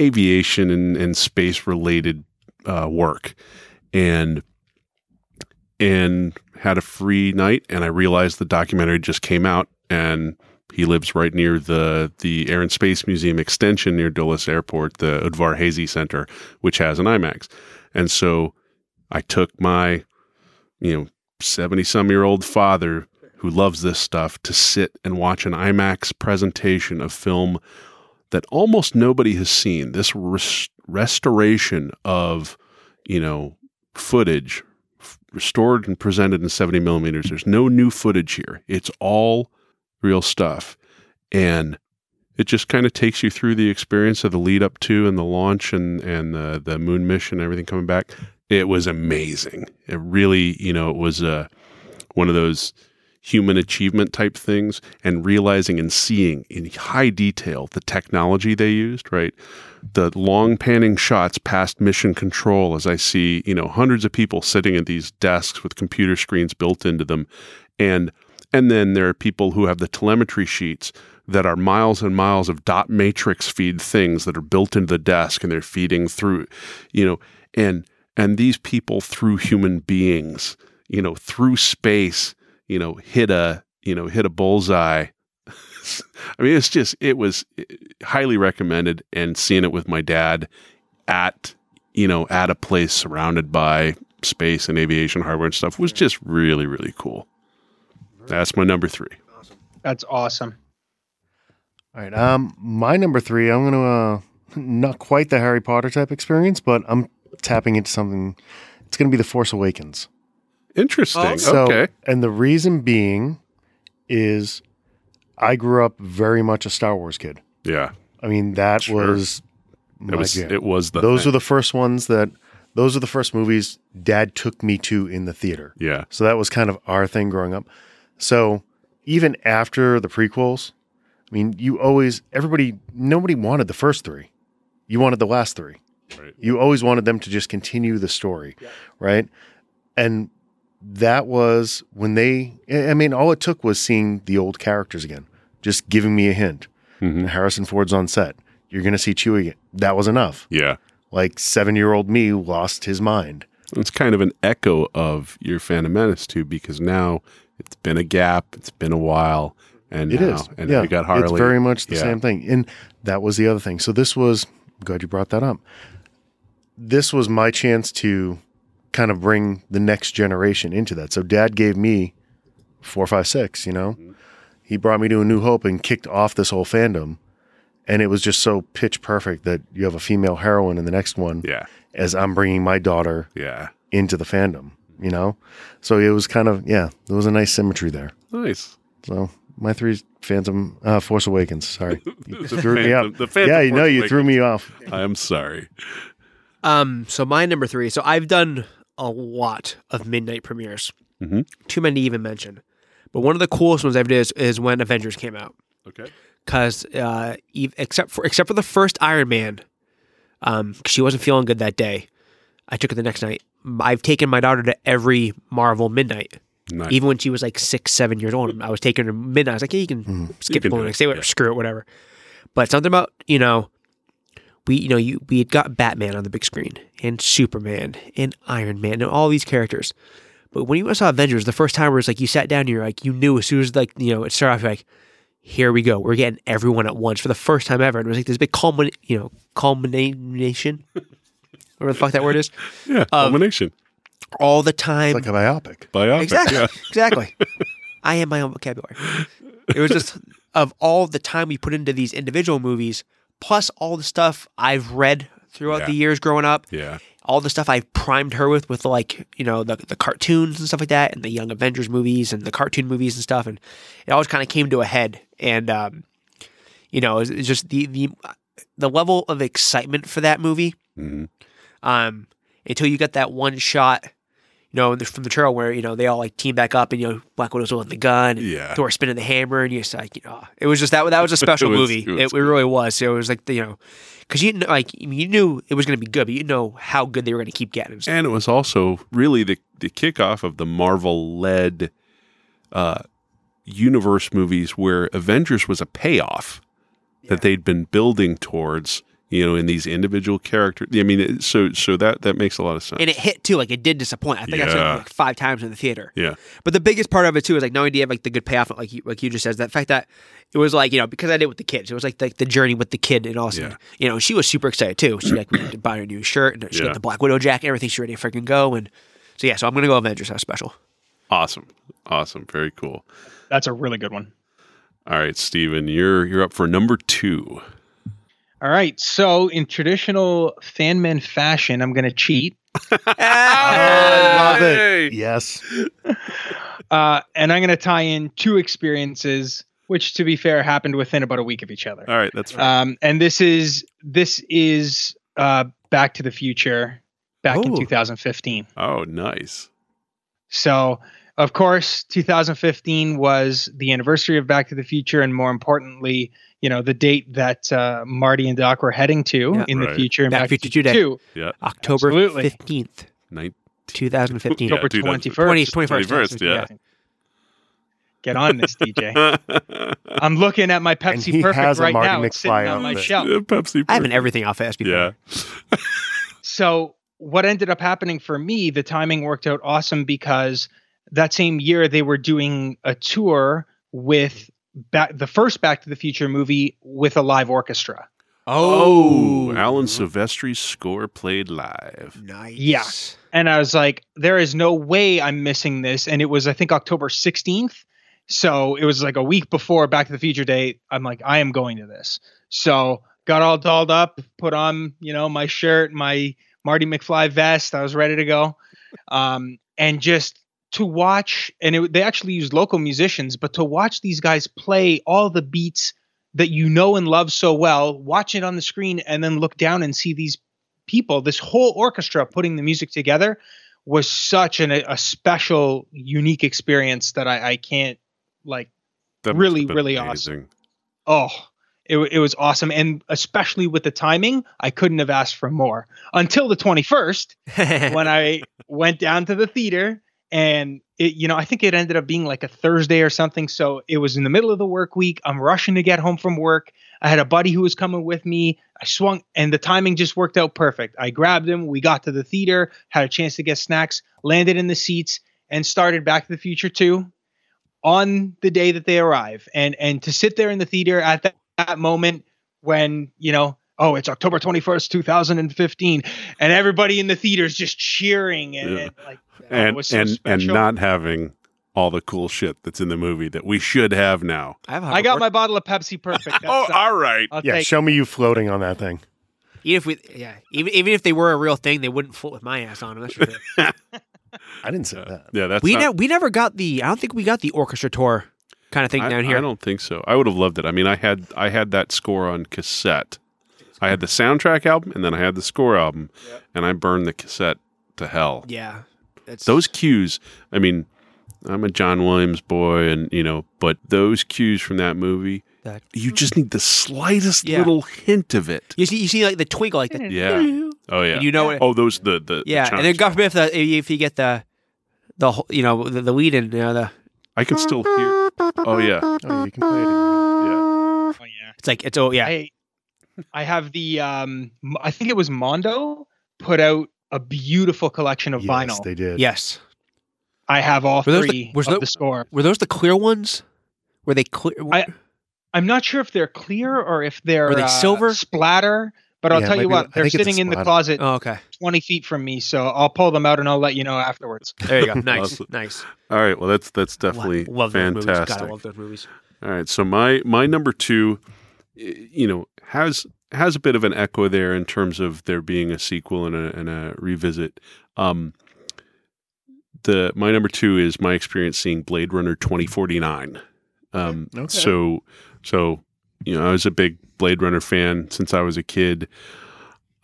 aviation and, and space related uh, work. And and had a free night and I realized the documentary just came out and he lives right near the the Air and Space Museum extension near Dulles Airport, the Udvar Hazy Center, which has an IMAX. And so I took my, you know, 70 some year old father who loves this stuff to sit and watch an IMAX presentation of film that almost nobody has seen. This res- restoration of, you know, footage f- restored and presented in 70 millimeters. There's no new footage here. It's all real stuff. And it just kind of takes you through the experience of the lead up to and the launch and, and the, the moon mission, and everything coming back. It was amazing. It really, you know, it was uh, one of those human achievement type things and realizing and seeing in high detail the technology they used, right? The long panning shots past mission control as I see, you know, hundreds of people sitting at these desks with computer screens built into them and and then there are people who have the telemetry sheets that are miles and miles of dot matrix feed things that are built into the desk and they're feeding through, you know, and and these people through human beings, you know, through space you know, hit a, you know, hit a bullseye. I mean, it's just, it was eh, highly recommended and seeing it with my dad at, you know, at a place surrounded by space and aviation hardware and stuff was just really, really cool. That's my number three.
That's awesome.
All right. Um, my number three, I'm going to, uh, not quite the Harry Potter type experience, but I'm tapping into something. It's going to be The Force Awakens.
Interesting.
So,
okay.
and the reason being is I grew up very much a Star Wars kid.
Yeah.
I mean, that
Sure.
was my
It was,
jam.
it was the,
those are the first ones that those are the first movies dad took me to in the theater.
yeah.
So that was kind of our thing growing up. So even after the prequels, I mean, you always everybody nobody wanted the first three. You wanted the last three.
Right.
You always wanted them to just continue the story, right? And that was when they I I mean, all it took was seeing the old characters again, just giving me a hint.
Mhm.
Harrison Ford's on set. You're going to see Chewie. again. That was enough.
Yeah.
Like 7-year-old me lost his mind.
It's kind of an echo of your Phantom Menace too, because now it's been a gap, it's been a while, and
It
now,
is,
and we got Harley.
It's very much the
Yeah.
same thing. And that was the other thing. So this was I'm glad you brought that up. This was my chance to kind of bring the next generation into that. So dad gave me four, five, six, you
Mm-hmm.
know. He brought me to a new hope and kicked off this whole fandom. And it was just so pitch perfect that you have a female heroine in the next one
yeah,
as I'm bringing my daughter
yeah,
into the fandom, you know? So it was kind of, yeah, there was a nice symmetry there.
nice.
So my three Phantom uh, Force Awakens. Sorry, you
The
threw me
Phantom-
up.
the Phantom
yeah, you know
Force
you threw me off.
I'm sorry.
Um, so my number three. So I've done a lot of midnight premieres.
Mhm.
Too many to even mention. But one of the coolest ones I've did is, is when Avengers came out.
Okay.
Cause uh, ev- except for except for the first Iron Man, um, 'cause she wasn't feeling good that day. I took her the next night. I've taken my daughter to every Marvel midnight,
Nice.
even when she was like six, seven years old. I was taking her to midnight. I was like, yeah, you can skip
can
the
do
next
it,
day, whatever, screw it, whatever. But something about you know, we you know you we had got Batman on the big screen and Superman and Iron Man and all these characters. But when you saw Avengers, the first time it was like you sat down, and you're like you knew as soon as like you know it started off you're like, here we go, we're getting everyone at once for the first time ever, and it was like this big culmin you know culmination, whatever the fuck that word is,
yeah, combination
all the time.
Like a biopic.
biopic.
Exactly.
Yeah.
Exactly. I am my own vocabulary. It was just of all the time we put into these individual movies, plus all the stuff I've read throughout
Yeah.
the years growing up,
yeah,
all the stuff I've primed her with, with like, you know, the, the cartoons and stuff like that, and the Young Avengers movies and the cartoon movies and stuff. And it always kind of came to a head. And, um, you know, it's, it's just the, the, the level of excitement for that movie
Mhm.
um, until you get that one shot, you know, the- from the trail where, you know, they all like team back up and, you know, Black Widow's holding the gun and
Yeah.
Thor spinning the hammer. And you're just like, you know, it was just that, that was a special
was-
movie.
it
It,
was
it,
good.
really was. It was like, you know, because you, didn't- like, I mean, you knew it was going to be good, but you didn't know how good they were going to keep getting.
And it was also really the, the kickoff of the Marvel led uh, universe movies where Avengers was a payoff that they'd been building towards, you know, in these individual characters. I mean, it- so so that that makes a lot of sense.
and it hit too. Like it did disappoint. I think I saw
Yeah.
it like five times in the theater.
Yeah.
But the biggest part of it too is like no idea like the good payoff. Like you, like you just says that fact that it was like you know because I did it with the kids. It was like the, the journey with the kid and also
Yeah.
you know she was super excited too. She like wanted to buy her new shirt and she
Yeah.
got the Black Widow jacket. and Everything she ready to freaking go and. So yeah, so I'm gonna go Avengers. How special?
awesome, awesome, very cool.
That's a really good one.
All right, Steven, you're you're up for number two.
All right. So, in traditional fan men fashion, I'm going to cheat.
I love
Hey!
it. Yes.
Uh, and I'm going to tie in two experiences, which, to be fair, happened within about a week of each other.
All right, that's right.
Um, and this is this is uh, Back to the Future, back in
Ooh.
2015.
oh, nice.
So, of course, 2015 was the anniversary of Back to the Future, and more importantly, you know, the date that uh, Marty and Doc were heading to
Yeah.
in the
Right.
future. in
Back to Future Day.
2,
October
Absolutely.
fifteenth,
Nine,
two thousand fifteen.
Yeah,
October
2000.
21st.
21st,
21st, yeah.
Get on this, DJ. I'm looking at my Pepsi
he
Perfect
has a
right
Marty
now. It's sitting
McFly
on my
outfit.
shelf.
Pepsi.
I have an everything outfit. as before.
Yeah.
So what ended up happening for me, the timing worked out awesome because that same year they were doing a tour with back, the first Back to the Future movie with a live orchestra.
Oh,
Alan Silvestri's score played live.
nice.
Yeah. And I was like, there is no way I'm missing this. And it was, I think, October 16th. So it was like a week before Back to the Future Day. I'm like, I am going to this. So got all dolled up, put on, you know, my shirt, my Marty McFly vest. I was ready to go. Um, and just to watch, and it, they actually used local musicians, but to watch these guys play all the beats that you know and love so well, watch it on the screen, and then look down and see these people, this whole orchestra putting the music together was such an, a special, unique experience that I, I can't like.
That must
Really,
have been
really awesome. Oh, it, wa- it was awesome. And especially with the timing, I couldn't have asked for more until the 21st when I went down to the theater. And it, you know, I think it ended up being like a Thursday or something. So it was in the middle of the work week. I'm rushing to get home from work. I had a buddy who was coming with me. I swung, and the timing just worked out perfect. I grabbed him. We got to the theater, had a chance to get snacks, landed in the seats, and started Back to the Future 2 on the day that they arrive. And and to sit there in the theater at that, that moment when you know, oh, it's October 21st, 2015, and everybody in the theater is just cheering and,
Yeah.
and like it
And
was so
and and
special.
not having all the cool shit that's in the movie that we should have now.
I, have a
I got
hoverboard.
my bottle of Pepsi Perfect. That's
Oh,
all.
all right.
I'll
Yeah.
take
Show me you floating on that thing.
Even if we, yeah, even even if they were a real thing, they wouldn't float with my ass on them. That's for sure.
I didn't say that.
Yeah, that's
we
not-
ne- we never got the. I don't think we got the orchestra tour kind of thing
I,
down here.
I don't think so. I would have loved it. I mean, I had I had that score on cassette. I had the soundtrack album and then I had the score album, and I burned the cassette to hell.
yeah, that's
those cues i mean i'm a john williams boy and you know but those cues from that movie
That-
you just need the slightest
Yeah.
little hint of it
You see, you see like the twinkle, like the
yeah oh yeah
and you know it.
oh those the the the
yeah,
chimes.
and then God forbid if, the, if you get the the whole- you know the, the lead in you know the
i can still hear oh yeah
Oh, you can play it. again.
yeah
Oh, yeah.
it's like it's oh yeah
I I have the um M- I think it was Mondo put out a beautiful collection of
Yes,
vinyl.
they did.
yes
I have all
Were those the-
three
was
of
tho-
the score.
were those the clear ones were they clear
I- I'm not sure if they're clear or if they're
Are they
uh,
silver?
splatter, but I'll
Yeah,
tell you
maybe- I
what, they're
think it's a
sitting in the
splatter.
closet
oh okay
20 feet from me, so I'll pull them out and I'll let you know afterwards.
there you go nice
Awesome.
nice
all right well that's that's definitely
love, love those movies
fantastic
gotta love those movies
All right, so my my number two, i- you know, has has a bit of an echo there in terms of there being a sequel and a, and a revisit. Um, the my number two is my experience seeing Blade Runner twenty forty nine. Um,
Okay.
So so you know, I was a big Blade Runner fan since I was a kid.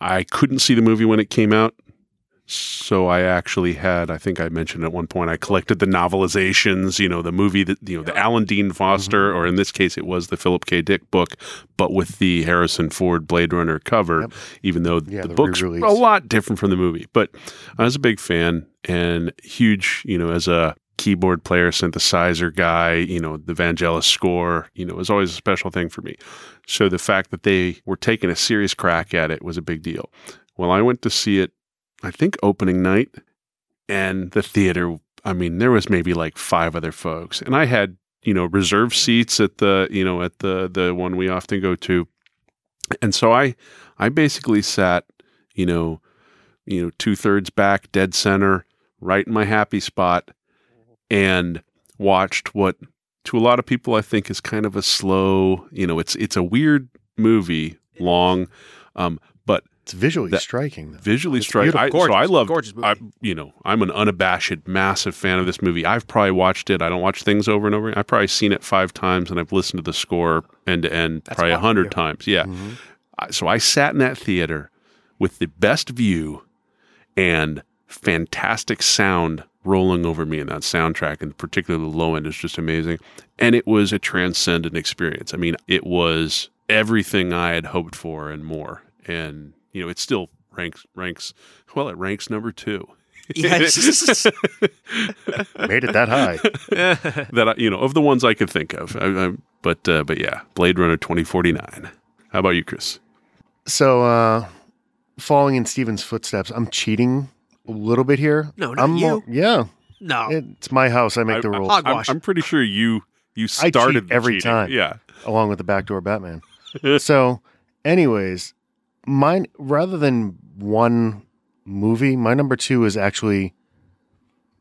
I couldn't see the movie when it came out, So I actually had, I think I mentioned at one point, I collected the novelizations, you know, the movie that, you know, the Alan Dean Foster, or in this case, it was the Philip K. Dick book, but with the Harrison Ford Blade Runner cover,
Yep.
even though
Yeah,
the,
the
book's
re-release.
a lot different from the movie. But I was a big fan and huge, you know, as a keyboard player, synthesizer guy, you know, the Vangelis score, you know, was always a special thing for me. So the fact that they were taking a serious crack at it was a big deal. Well, I went to see it, I think opening night, and the theater, I mean, there was maybe like five other folks. And I had, you know, reserved seats at the, you know, at the the one we often go to. And so I I basically sat, you know, you know, two thirds back, dead center, right in my happy spot, and watched what to a lot of people I think is kind of a slow, you know, it's it's a weird movie, long, um, but
It's visually
That-
striking, though.
visually
It's
striking. I,
beautiful.
so I
Gorgeous.
love,
Gorgeous movie.
I, you know, I'm an unabashed, massive fan of this movie. I've probably watched it. I don't watch things over and over. I've probably seen it five times, and I've listened to the score end to end
That's
probably a
awesome. Mm-hmm.
hundred times. Yeah.
Mhm.
I- So I sat in that theater with the best view and fantastic sound rolling over me in that soundtrack, and particularly the low end is just amazing. And it was a transcendent experience. I mean, it was everything I had hoped for and more. And you know, it still ranks ranks well. It ranks number two.
Yes.
Made it that high.
that I, you know of the ones I could think of. I, I, but uh, but yeah, Blade Runner twenty forty nine. How about you, Chris?
So, uh, following in Steven's footsteps, I'm cheating a little bit here.
No, not
I'm
you.
more- yeah,
no.
it's my house. I make
I-
the
I-
rules
I'll-
I'm,
Hogwash.
I'm pretty sure you you
I cheat
started the
every
cheating.
time.
Yeah.
along with the backdoor Batman. so, anyways, mine rather than one movie, my number two is actually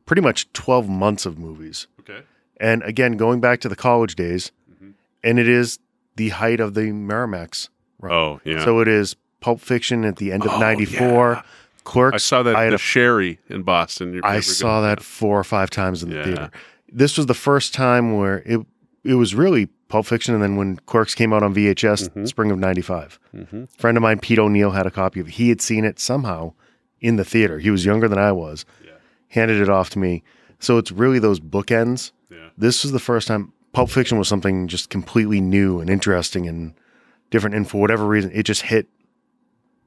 pretty much 12 months of movies.
Okay.
And again, going back to the college days,
Mhm.
and it is the height of the Merrimax. Right.
Oh yeah.
So it is Pulp Fiction at the end of
Oh,
94,
yeah. I
Clerks.
saw that
I had
the
a-
Sherry in Boston. You
I
remember
saw
going-
that four or five times in the
Yeah.
theater. This was the first time where it it was really Pulp Fiction, and then when Clerks came out on VHS,
Mhm.
spring of '95.
Mhm.
friend of mine, Pete O'Neill, had a copy of. it. He had seen it somehow in the theater. He was younger than I was.
Yeah.
Handed it off to me. So it's really those bookends.
Yeah.
This was the first time Pulp Fiction was something just completely new and interesting and different. And for whatever reason, it just hit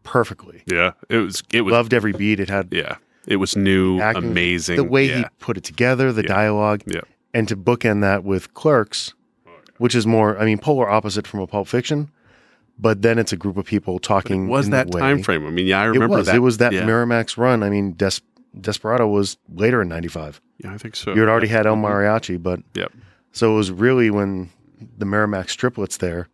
perfectly.
Yeah. It was. It was.
Loved every beat. It had
Yeah. It was new,
Acting,
amazing.
the way he
yeah.
put it together, the
Yeah.
dialogue,
Yeah.
and to bookend that with Clerks, which is more, I mean, polar opposite from a Pulp Fiction, but then it's a group of people
But it
talking.
was
in
that
way.
time frame. I mean, yeah, I remember
it was.
that.
It was that
yeah.
Miramax run. I mean, Des- Desperado was later in '95.
Yeah, I think so.
You had already
Yeah.
had El Mariachi, but
Yep.
So it was really when the Miramax triplets there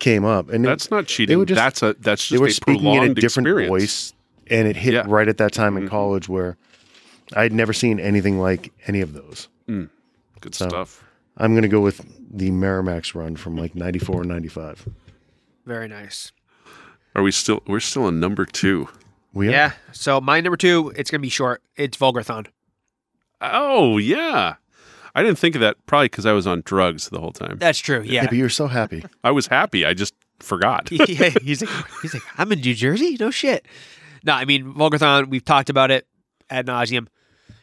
came up, and it-
That's not cheating.
were just-
that's a. That's just
they were
a
speaking in a
prolonged
different
experience.
voice, and it hit
Yeah.
right at that time in
Mhm.
college where I had never seen anything like any of those.
Good
So-
stuff.
I'm going to go with the Miramax run from like '94 and '95.
Very nice.
Are we still? We're still in number two.
We
Yeah. So my number two, it's gonna be short. It's Vulgarthon.
Oh yeah. I didn't think of that probably because I was on drugs the whole time.
That's true.
Yeah,
Yeah.
but you're so happy.
I was happy. I just forgot.
yeah, he's like, he's like, I'm in New Jersey. No shit. No, I mean Vulgarthon. We've talked about it ad nauseum.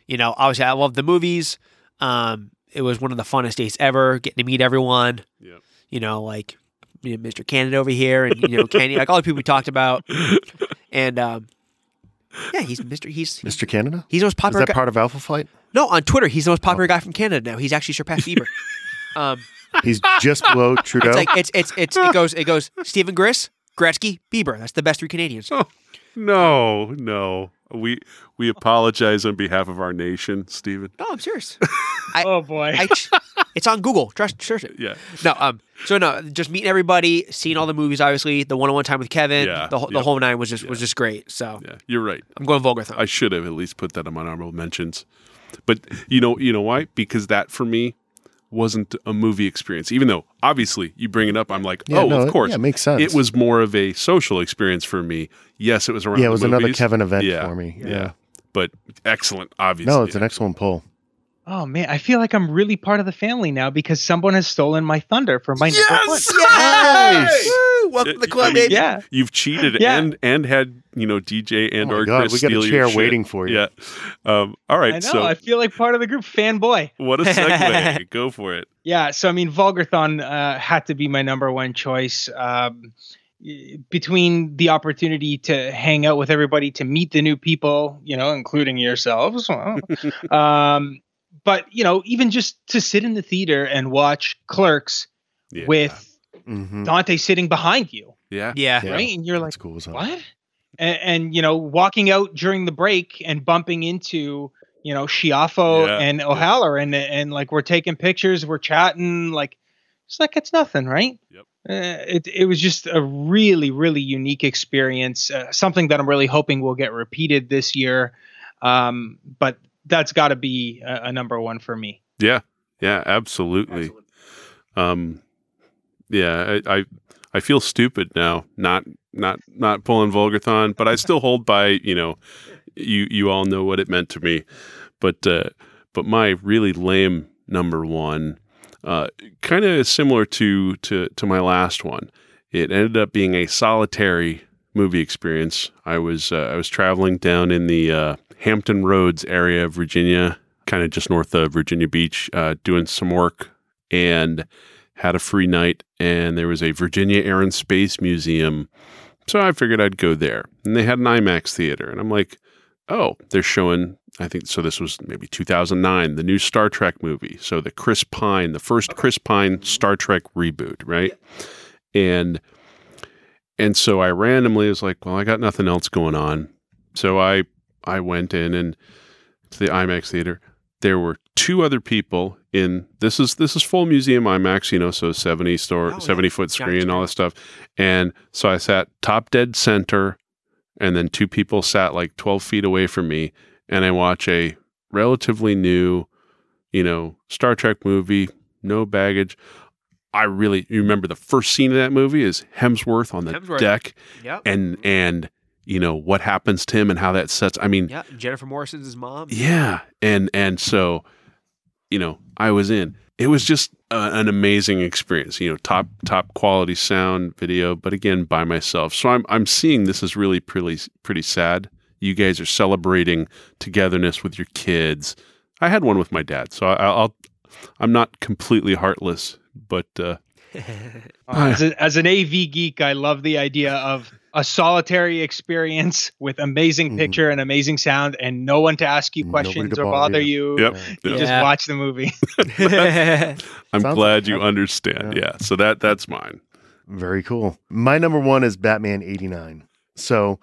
You know, obviously, I love the movies. Um, it was one of the funnest days ever. Getting to meet everyone.
Yep.
You know, like you know, Mr. Canada over here, and you know Kenny, like all the people we talked about, and um, yeah, he's Mr. He's he's,
Mr. Canada,
he's the most
is
popular.
that
guy.
part Oh. of Alpha Flight?
no, on Twitter, he's the most popular guy from Canada now. He's actually surpassed Bieber. um,
He's just below Trudeau.
it's like it's it's it's it goes it goes Stephen Gris, Gretzky, Bieber. That's the best three Canadians.
No, no. We we apologize on behalf of our nation, Stephen.
No, I'm serious.
oh boy.
I, it's on Google. Trust, trust it.
Yeah.
No, um, so no, just meeting everybody, seeing all the movies. Obviously, the one-on-one time with Kevin,
Yeah,
the, whole the
yep.
whole nine was just was just great. So
Yeah. You're right.
I'm going Vulgarthon.
I should have at least put that on my honorable mentions. But you know, you know why? Because that for me wasn't a movie experience. Even though obviously you bring it up, I'm like,
Yeah,
oh,
no,
of
it-
course.
yeah, it makes sense.
It was more of a social experience for me. Yes, it was around.
yeah, it was
the
another
movies.
Kevin event
Yeah.
for me.
Yeah. But excellent, obviously.
No, it's an e- excellent pull.
oh man, I feel like I'm really part of the family now because someone has stolen my thunder from my number one.
Yes! Hey!
Woo!
Welcome to the club, baby.
Yeah.
You've cheated
Yeah.
and and had you know DJ and
Oh my
or
God,
Chris
we got a
steal your
chair
shit.
waiting for you.
Yeah. Um, all
I
right.
know.
so
I feel like part of the group fanboy.
what a segue. Go for it.
Yeah, so I mean, Vulgarthon uh, had to be my number one choice. Um, y- between the opportunity to hang out with everybody, to meet the new people, you know, including yourselves. wow. um, but you know, even just to sit in the theater and watch Clerks
Yeah.
with
Mhm.
Dante sitting behind you,
yeah.
Yeah.
Yeah.
right? And you're like,
That's cool as hell.
what? And, and you know, walking out during the break and bumping into you know Shiafo
Yeah.
and O'Halloran, and, and like we're taking pictures, we're chatting, like it's like it's nothing, right?
Yep.
Uh, it it was just a really really unique experience, uh, something that I'm really hoping will get repeated this year. Um, but that's got to be a, a number one for me.
Yeah, absolutely. Um, yeah, I, I I feel stupid now, not not not pulling Vulgarthon, but I still hold by you know, you you all know what it meant to me, but uh, but my really lame number one, uh, kind of similar to to to my last one. It ended up being a solitary movie experience. I was uh, I was traveling down in the uh, Hampton Roads area of Virginia, kind of just north of Virginia Beach, uh, doing some work and had a free night. And there was a Virginia Air and Space Museum. So I figured I'd go there. And they had an IMAX theater. And I'm like, oh, they're showing, I think, so this was maybe 2009, the new Star Trek movie. So the Chris Pine, the first Chris Pine Star Trek reboot, right? And and so I randomly was like, well, I got nothing else going on. So I I went in and to the IMAX theater. There were two other people in this is this is full museum IMAX, you know, so 70 store
Oh, yeah.
70 foot
Giant
screen, all this stuff. And so I sat top dead center and then two people sat like 12 feet away from me and I watch a relatively new, you know, Star Trek movie, no baggage. I really you remember the first scene of that movie is Hemsworth on the
Hemsworth.
deck
Yep.
and and you know what happens to him and how that sets I mean
Yeah. Jennifer Morrison's mom.
yeah and and so you know I was in it was just a, an amazing experience you know top top quality sound video but again by myself so I'm I'm seeing this is really pretty pretty sad you guys are celebrating togetherness with your kids I had one with my dad so I, I'll I'm not completely heartless but uh
Uh, as, a, as an AV geek, I love the idea of a solitary experience with amazing
Mhm.
picture and amazing sound, and no one to ask you
Nobody
questions
to
or
bother
bother
you.
you.
Yep.
You
Yeah.
just
Yeah.
watch the movie.
I'm
Sounds
glad
like
you
heaven.
understand. Yeah.
Yeah.
So that that's mine.
Very cool. My number one is Batman 89. So,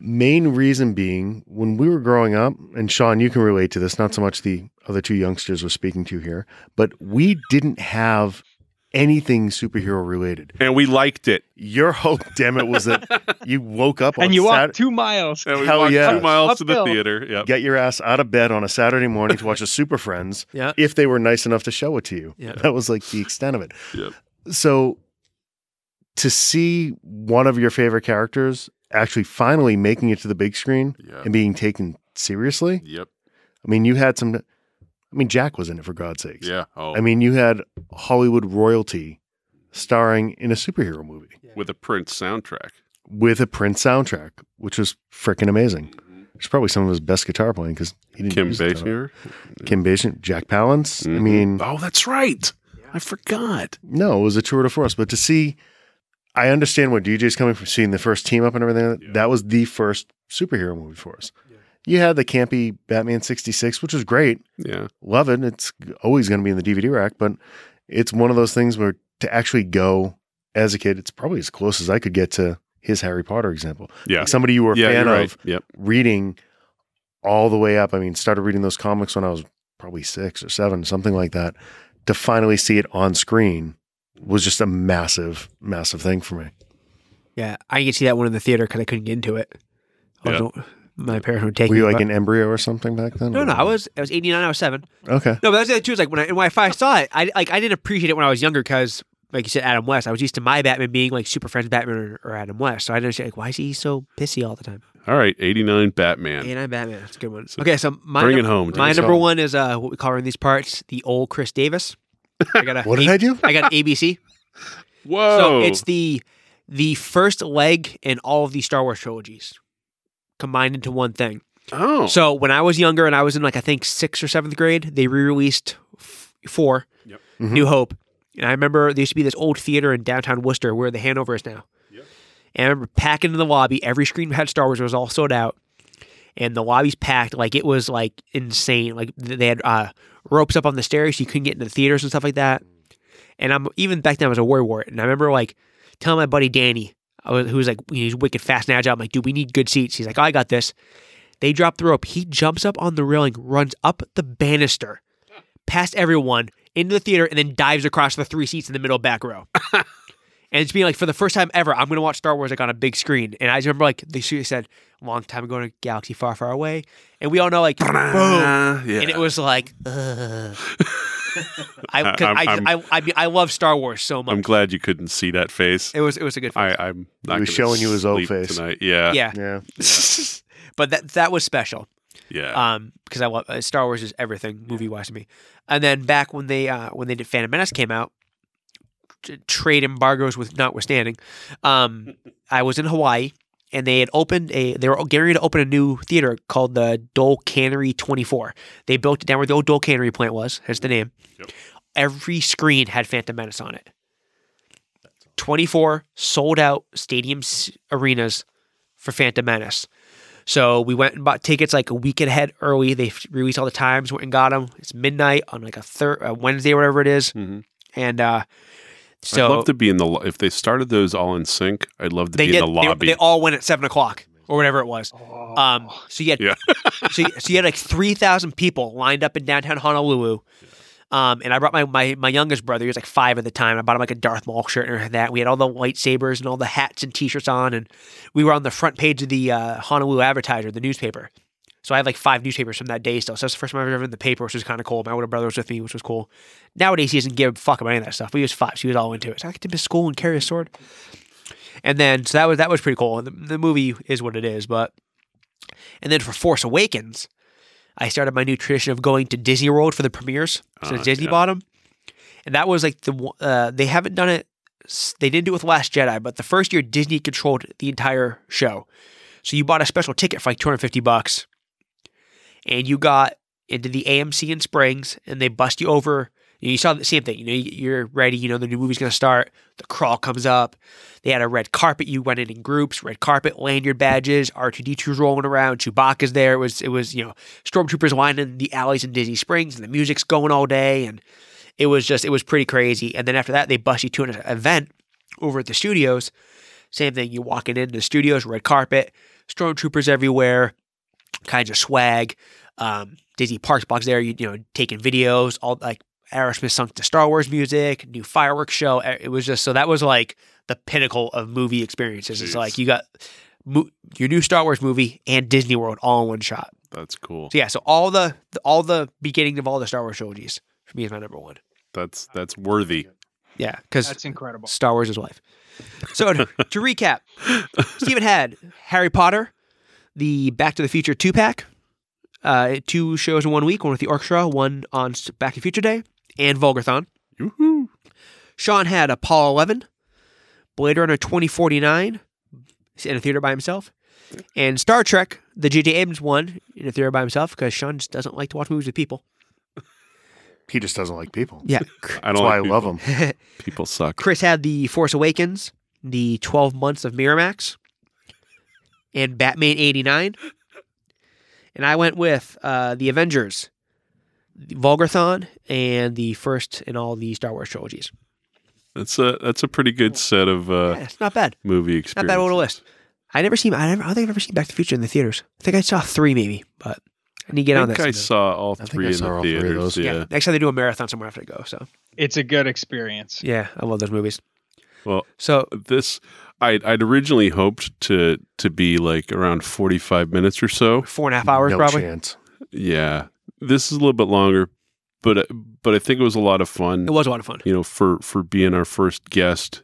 main reason being when we were growing up, and Sean, you can relate to this, not so much the other two youngsters we're speaking to here, but we didn't have anything superhero related.
And we liked it.
Your hope, damn it, was that you woke up on
and you walk
Sat-
two miles.
And we
Hell
walked
yeah.
two miles to the
Uphill.
theater. Yep.
get your ass out of bed on a Saturday morning to watch a Super Friends
Yeah.
if they were nice enough to show it to you.
Yeah.
That was like the extent of it.
Yep.
So to see one of your favorite characters actually finally making it to the big screen
Yeah.
and being taken seriously.
Yep.
I mean, you had some I mean, Jack was in it for God's sakes.
Yeah. Oh,
I mean, you had Hollywood royalty starring in a superhero movie
with a Prince soundtrack.
with a Prince soundtrack, which was freaking amazing. It's probably some of his best guitar playing because he didn't
Mm-hmm. Kim
use a ton of it.
Basinger.
Kim Basinger, Jack Palance. I
Mhm.
mean,
oh, that's right. I forgot.
no, it was a tour de force. But to see, I understand where DJ's coming from. Seeing the first team up and everything, that was the first superhero movie for us. You had the campy Batman '66, which was great.
Yeah.
Love it. It's always going to be in the DVD rack, but it's one of those things where to actually go as a kid, it's probably as close as I could get to his Harry Potter example.
Yeah.
Somebody you were a
yeah.
fan
you're
of,
right. Yep.
reading all the way up. I mean, started reading those comics when I was probably six or seven, something like that. To finally see it on screen was just a massive, massive thing for me.
Yeah. I could see that one in the theater because I couldn't get into it. I
Yeah.
don't- my parents would take
Were
me.
you like
but-
an embryo or something back then?
no, no, I was I was eighty nine. I was seven.
okay.
No, but that's the other too. Is like when I, when I first saw it, I like I didn't appreciate it when I was younger because, like you said, Adam West. I was used to my Batman being like Super Friends Batman or, or Adam West. So I didn't understand like why is he so pissy all the time?
All right. 89 Batman.
And I'm Batman. That's a good one. Okay, so my
Bring it
num-
home.
my
James.
number one is uh what we call in these parts the old Chris Davis. I got a
What did I do?
I got an ABC.
Whoa.
So it's the the first leg in all of the Star Wars trilogies combined into one thing.
Oh,
So when I was younger and I was in like I think sixth or seventh grade, they re-released f- four
Yep.
Mhm.
New Hope, and I remember there used to be this old theater in downtown Worcester where the Hanover is now.
Yep.
And I remember packing in the lobby. Every screen had Star Wars. It was all sold out, and the lobby's packed. Like it was like insane. Like th- they had uh, ropes up on the stairs. You couldn't get into the theaters and stuff like that. And I'm even back then I was a worrywart, and I remember like telling my buddy Danny, I was, who was like he's wicked fast and agile. I'm like, dude, we need good seats. He's like, I got this. They drop the rope. He jumps up on the railing, runs up the banister, past everyone into the theater, and then dives across the three seats in the middle back row. and it's being like for the first time ever, I'm gonna watch Star Wars like on a big screen. And I just remember like they shoot- said long time ago in a galaxy far, far away, and we all know like boom.
Ah, yeah.
And it was like, ugh. I,
I-
'cause I,
I'm-
I, I, mean, I love Star Wars so much.
I'm glad you couldn't see that face.
it was, it was a good. film.
I, uh, I'm not
He was
gonna
showing you his old
sleep
face.
tonight. Yeah,
yeah,
Yeah.
but that that was special.
yeah.
um because I love uh, Star Wars is everything movie wise to me. And then back when they uh when they did Phantom Menace came out, t- trade embargoes with notwithstanding, um I was in Hawaii and they had opened a they were getting ready to open a new theater called the Dole Cannery 24. They built it down where the old Dole Cannery plant was, hence the name.
Yep.
Every screen had Phantom Menace on it. 24 sold out stadiums arenas for Phantom Menace. So we went and bought tickets like a week ahead early. They f- release all the times. Went and got them. It's midnight on like a third a Wednesday, or whatever it is.
Mhm.
And uh, so
I'd love to be in the. lo- If they started those all in sync, I'd love to
they
be
did.
in the
they-
lobby.
They, all went at seven o'clock or whatever it was. Um, so you had
Yeah.
so, you, so you had like three thousand people lined up in downtown Honolulu. Um, and I brought my, my my youngest brother. He was like five at the time. I bought him like a Darth Maul shirt and that. We had all the lightsabers and all the hats and T-shirts on, and we were on the front page of the uh, Honolulu Advertiser, the newspaper. So I have like five newspapers from that day still. So that's the first time I was ever in the paper, which was kind of cool. My older brother was with me, which was cool. Nowadays he doesn't give a fuck about any of that stuff. But he was five, so he was all into it. So I get to miss school and carry a sword. And then so that was that was pretty cool. And the, the movie is what it is, but and then for Force Awakens, I started my new tradition of going to Disney World for the premieres. So
Ah,
Disney
yeah.
Bottom, and that was like the one- uh, they haven't done it. s- They didn't do it with Last Jedi, but the first year Disney controlled the entire show. So you bought a special ticket for like 250 bucks, and you got into the AMC in Springs, and they bust you over. You, know, you saw the same thing. You know, you- you're ready. You know, the new movie's gonna start. The crawl comes up. They had a red carpet. You went in in groups. Red carpet, lanyard badges. R two D 2s rolling around. Chewbacca's there. It was it was you know stormtroopers lining the alleys in Disney Springs, and the music's going all day, and it was just it was pretty crazy. And then after that, they bust you to an event over at the studios. Same thing. You walking into the studios, red carpet, stormtroopers everywhere kinds of swag. Um, Disney Parks box there, you, you know, taking videos, all like Aerosmith sunk to Star Wars music, new fireworks show. Eh, It was just so that was like the pinnacle of movie experiences. It's
Jeez.
like you got mo- your new Star Wars movie and Disney World all in one shot.
That's cool.
So yeah, so all the all the beginning of all the Star Wars trilogies for me is my number one.
That's that's worthy.
Yeah, because
That's incredible.
Star Wars is life. So to, to recap, Stephen had Harry Potter, the Back to the Future two pack, uh, two shows in one week, one with the orchestra, one on s- Back to the Future Day, and Vulgarthon.
Yoo-hoo.
Sean had Apollo 11, Blade Runner 2049 in a theater by himself, and Star Trek, the J.J. Abrams one, in a theater by himself because Sean just doesn't like to watch movies with people.
He just doesn't like people.
Yeah.
I
That's
don't.
why
like
I love him.
people. People suck.
Chris had The Force Awakens, The 12 Months of Miramax, and Batman 89. And I went with uh, The Avengers, the Vulgarthon, and the first in all the Star Wars trilogies.
That's a that's a pretty good set of uh,
Yeah, it's not bad.
movie
Not
experience.
bad little list. I never seen. I, never, I don't think I've ever seen Back to the Future in the theaters. I think I saw three maybe, but I need to get
I
on
think
that.
I
sometime.
saw all
think
three
I
in
saw
the
all three of
theaters.
those.
Yeah.
Next time they do a marathon somewhere after I go. So
It's a good experience.
yeah, I love those movies.
Well,
So
this I'd, I'd originally hoped to to be like around forty five minutes or so.
four and a half hours
no
probably.
chance.
Yeah, this is a little bit longer, but uh, but I think it was a lot of fun.
It was a lot of fun.
You know, for for being our first guest.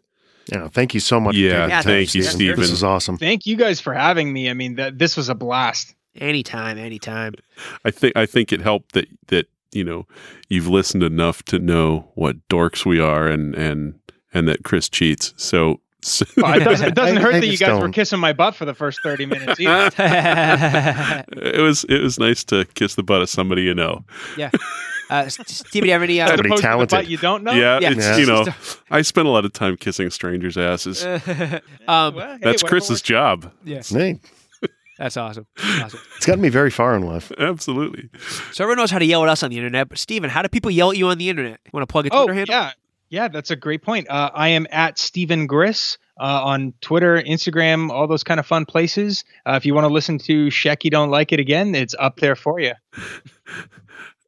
Yeah. Thank you so much. for
Yeah,
taking the time,
thank you, Steven.
This is awesome.
Thank you guys for having me. I mean, that this was a blast.
Anytime, anytime.
I think I think it helped that that you know you've listened enough to know what dorks we are and and and that Chris cheats. So
Well, it doesn't, it doesn't
I-
hurt
I
that you
just
guys were
don't.
kissing my butt for the first 30 minutes either.
yeah.
it was it was nice to kiss the butt of somebody you know.
Uh, S- Steve, do you have any?
As
Uh,
That'd be
opposed to the
talented.
butt you don't know?
yeah,
Yeah.
it's
Yeah.
you know, I spend a lot of time kissing strangers' asses.
Uh, um,
Well, hey,
That's
whatever
Chris's
works.
job.
yeah,
Hey,
that's awesome. awesome.
it's gotten me very far in life.
Absolutely.
So everyone knows how to yell at us on the internet, but Steven, how do people yell at you on the internet? You want to plug a
Oh,
Twitter handle?
yeah. Yeah, that's a great point. Uh, I am at Stephen Griss uh, on Twitter, Instagram, all those kind of fun places. Uh, if you want to listen to Shecky Don't Like It Again, it's up there for you.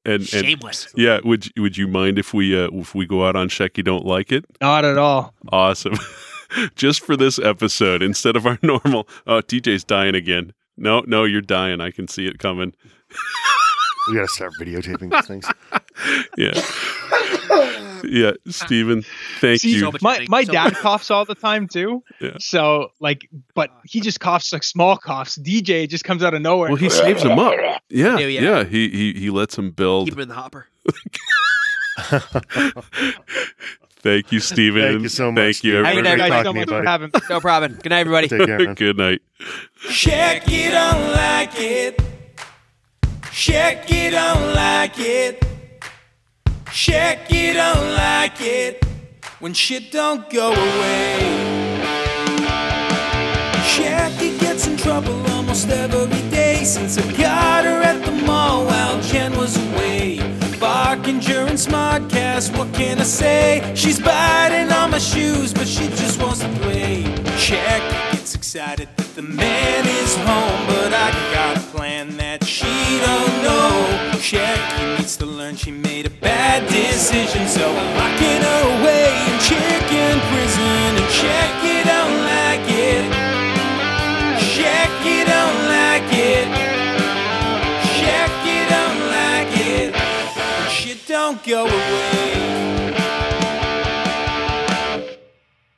And and
Shameless.
yeah, would you- would you mind if we uh, if we go out on check you don't like it?
Not at all.
Awesome. Just for this episode, instead of our normal, oh, TJ's dying again. No, no, you're dying. I can see it coming.
We got to start videotaping these things.
Yeah. yeah, Steven, thank
See,
you.
so much
my
editing,
my
so
dad
much-
coughs all the time too.
Yeah.
So like, but he just coughs like small coughs. DJ just comes out of nowhere.
Well, he saves him up. Yeah, yeah.
Yeah, yeah.
He, he he lets him build.
Keep it in the hopper.
Thank you, Steven.
Thank you so much,
Thank
Steve.
you,
Have a good
everybody.
Talk
night,
Thank you guys
to
so
me,
much for
buddy.
having me.
No problem. Good night, everybody.
Take care, man.
Good night.
Check it, don't like it. Check it, don't like it. Check it, don't like it. When shit don't go away. Jackie gets in trouble almost every day since I got her at the mall while Jen was away. Barkinger and Smodcast, what can I say? She's biting on my shoes, but she just wants to play. Jackie gets excited that the man is home, but I got a plan that she don't know. Jackie needs to learn she made a bad decision, so I'm locking her away in chicken prison. And Jackie don't like it. Check it, don't like it. Check it, don't like it. Shit don't go away.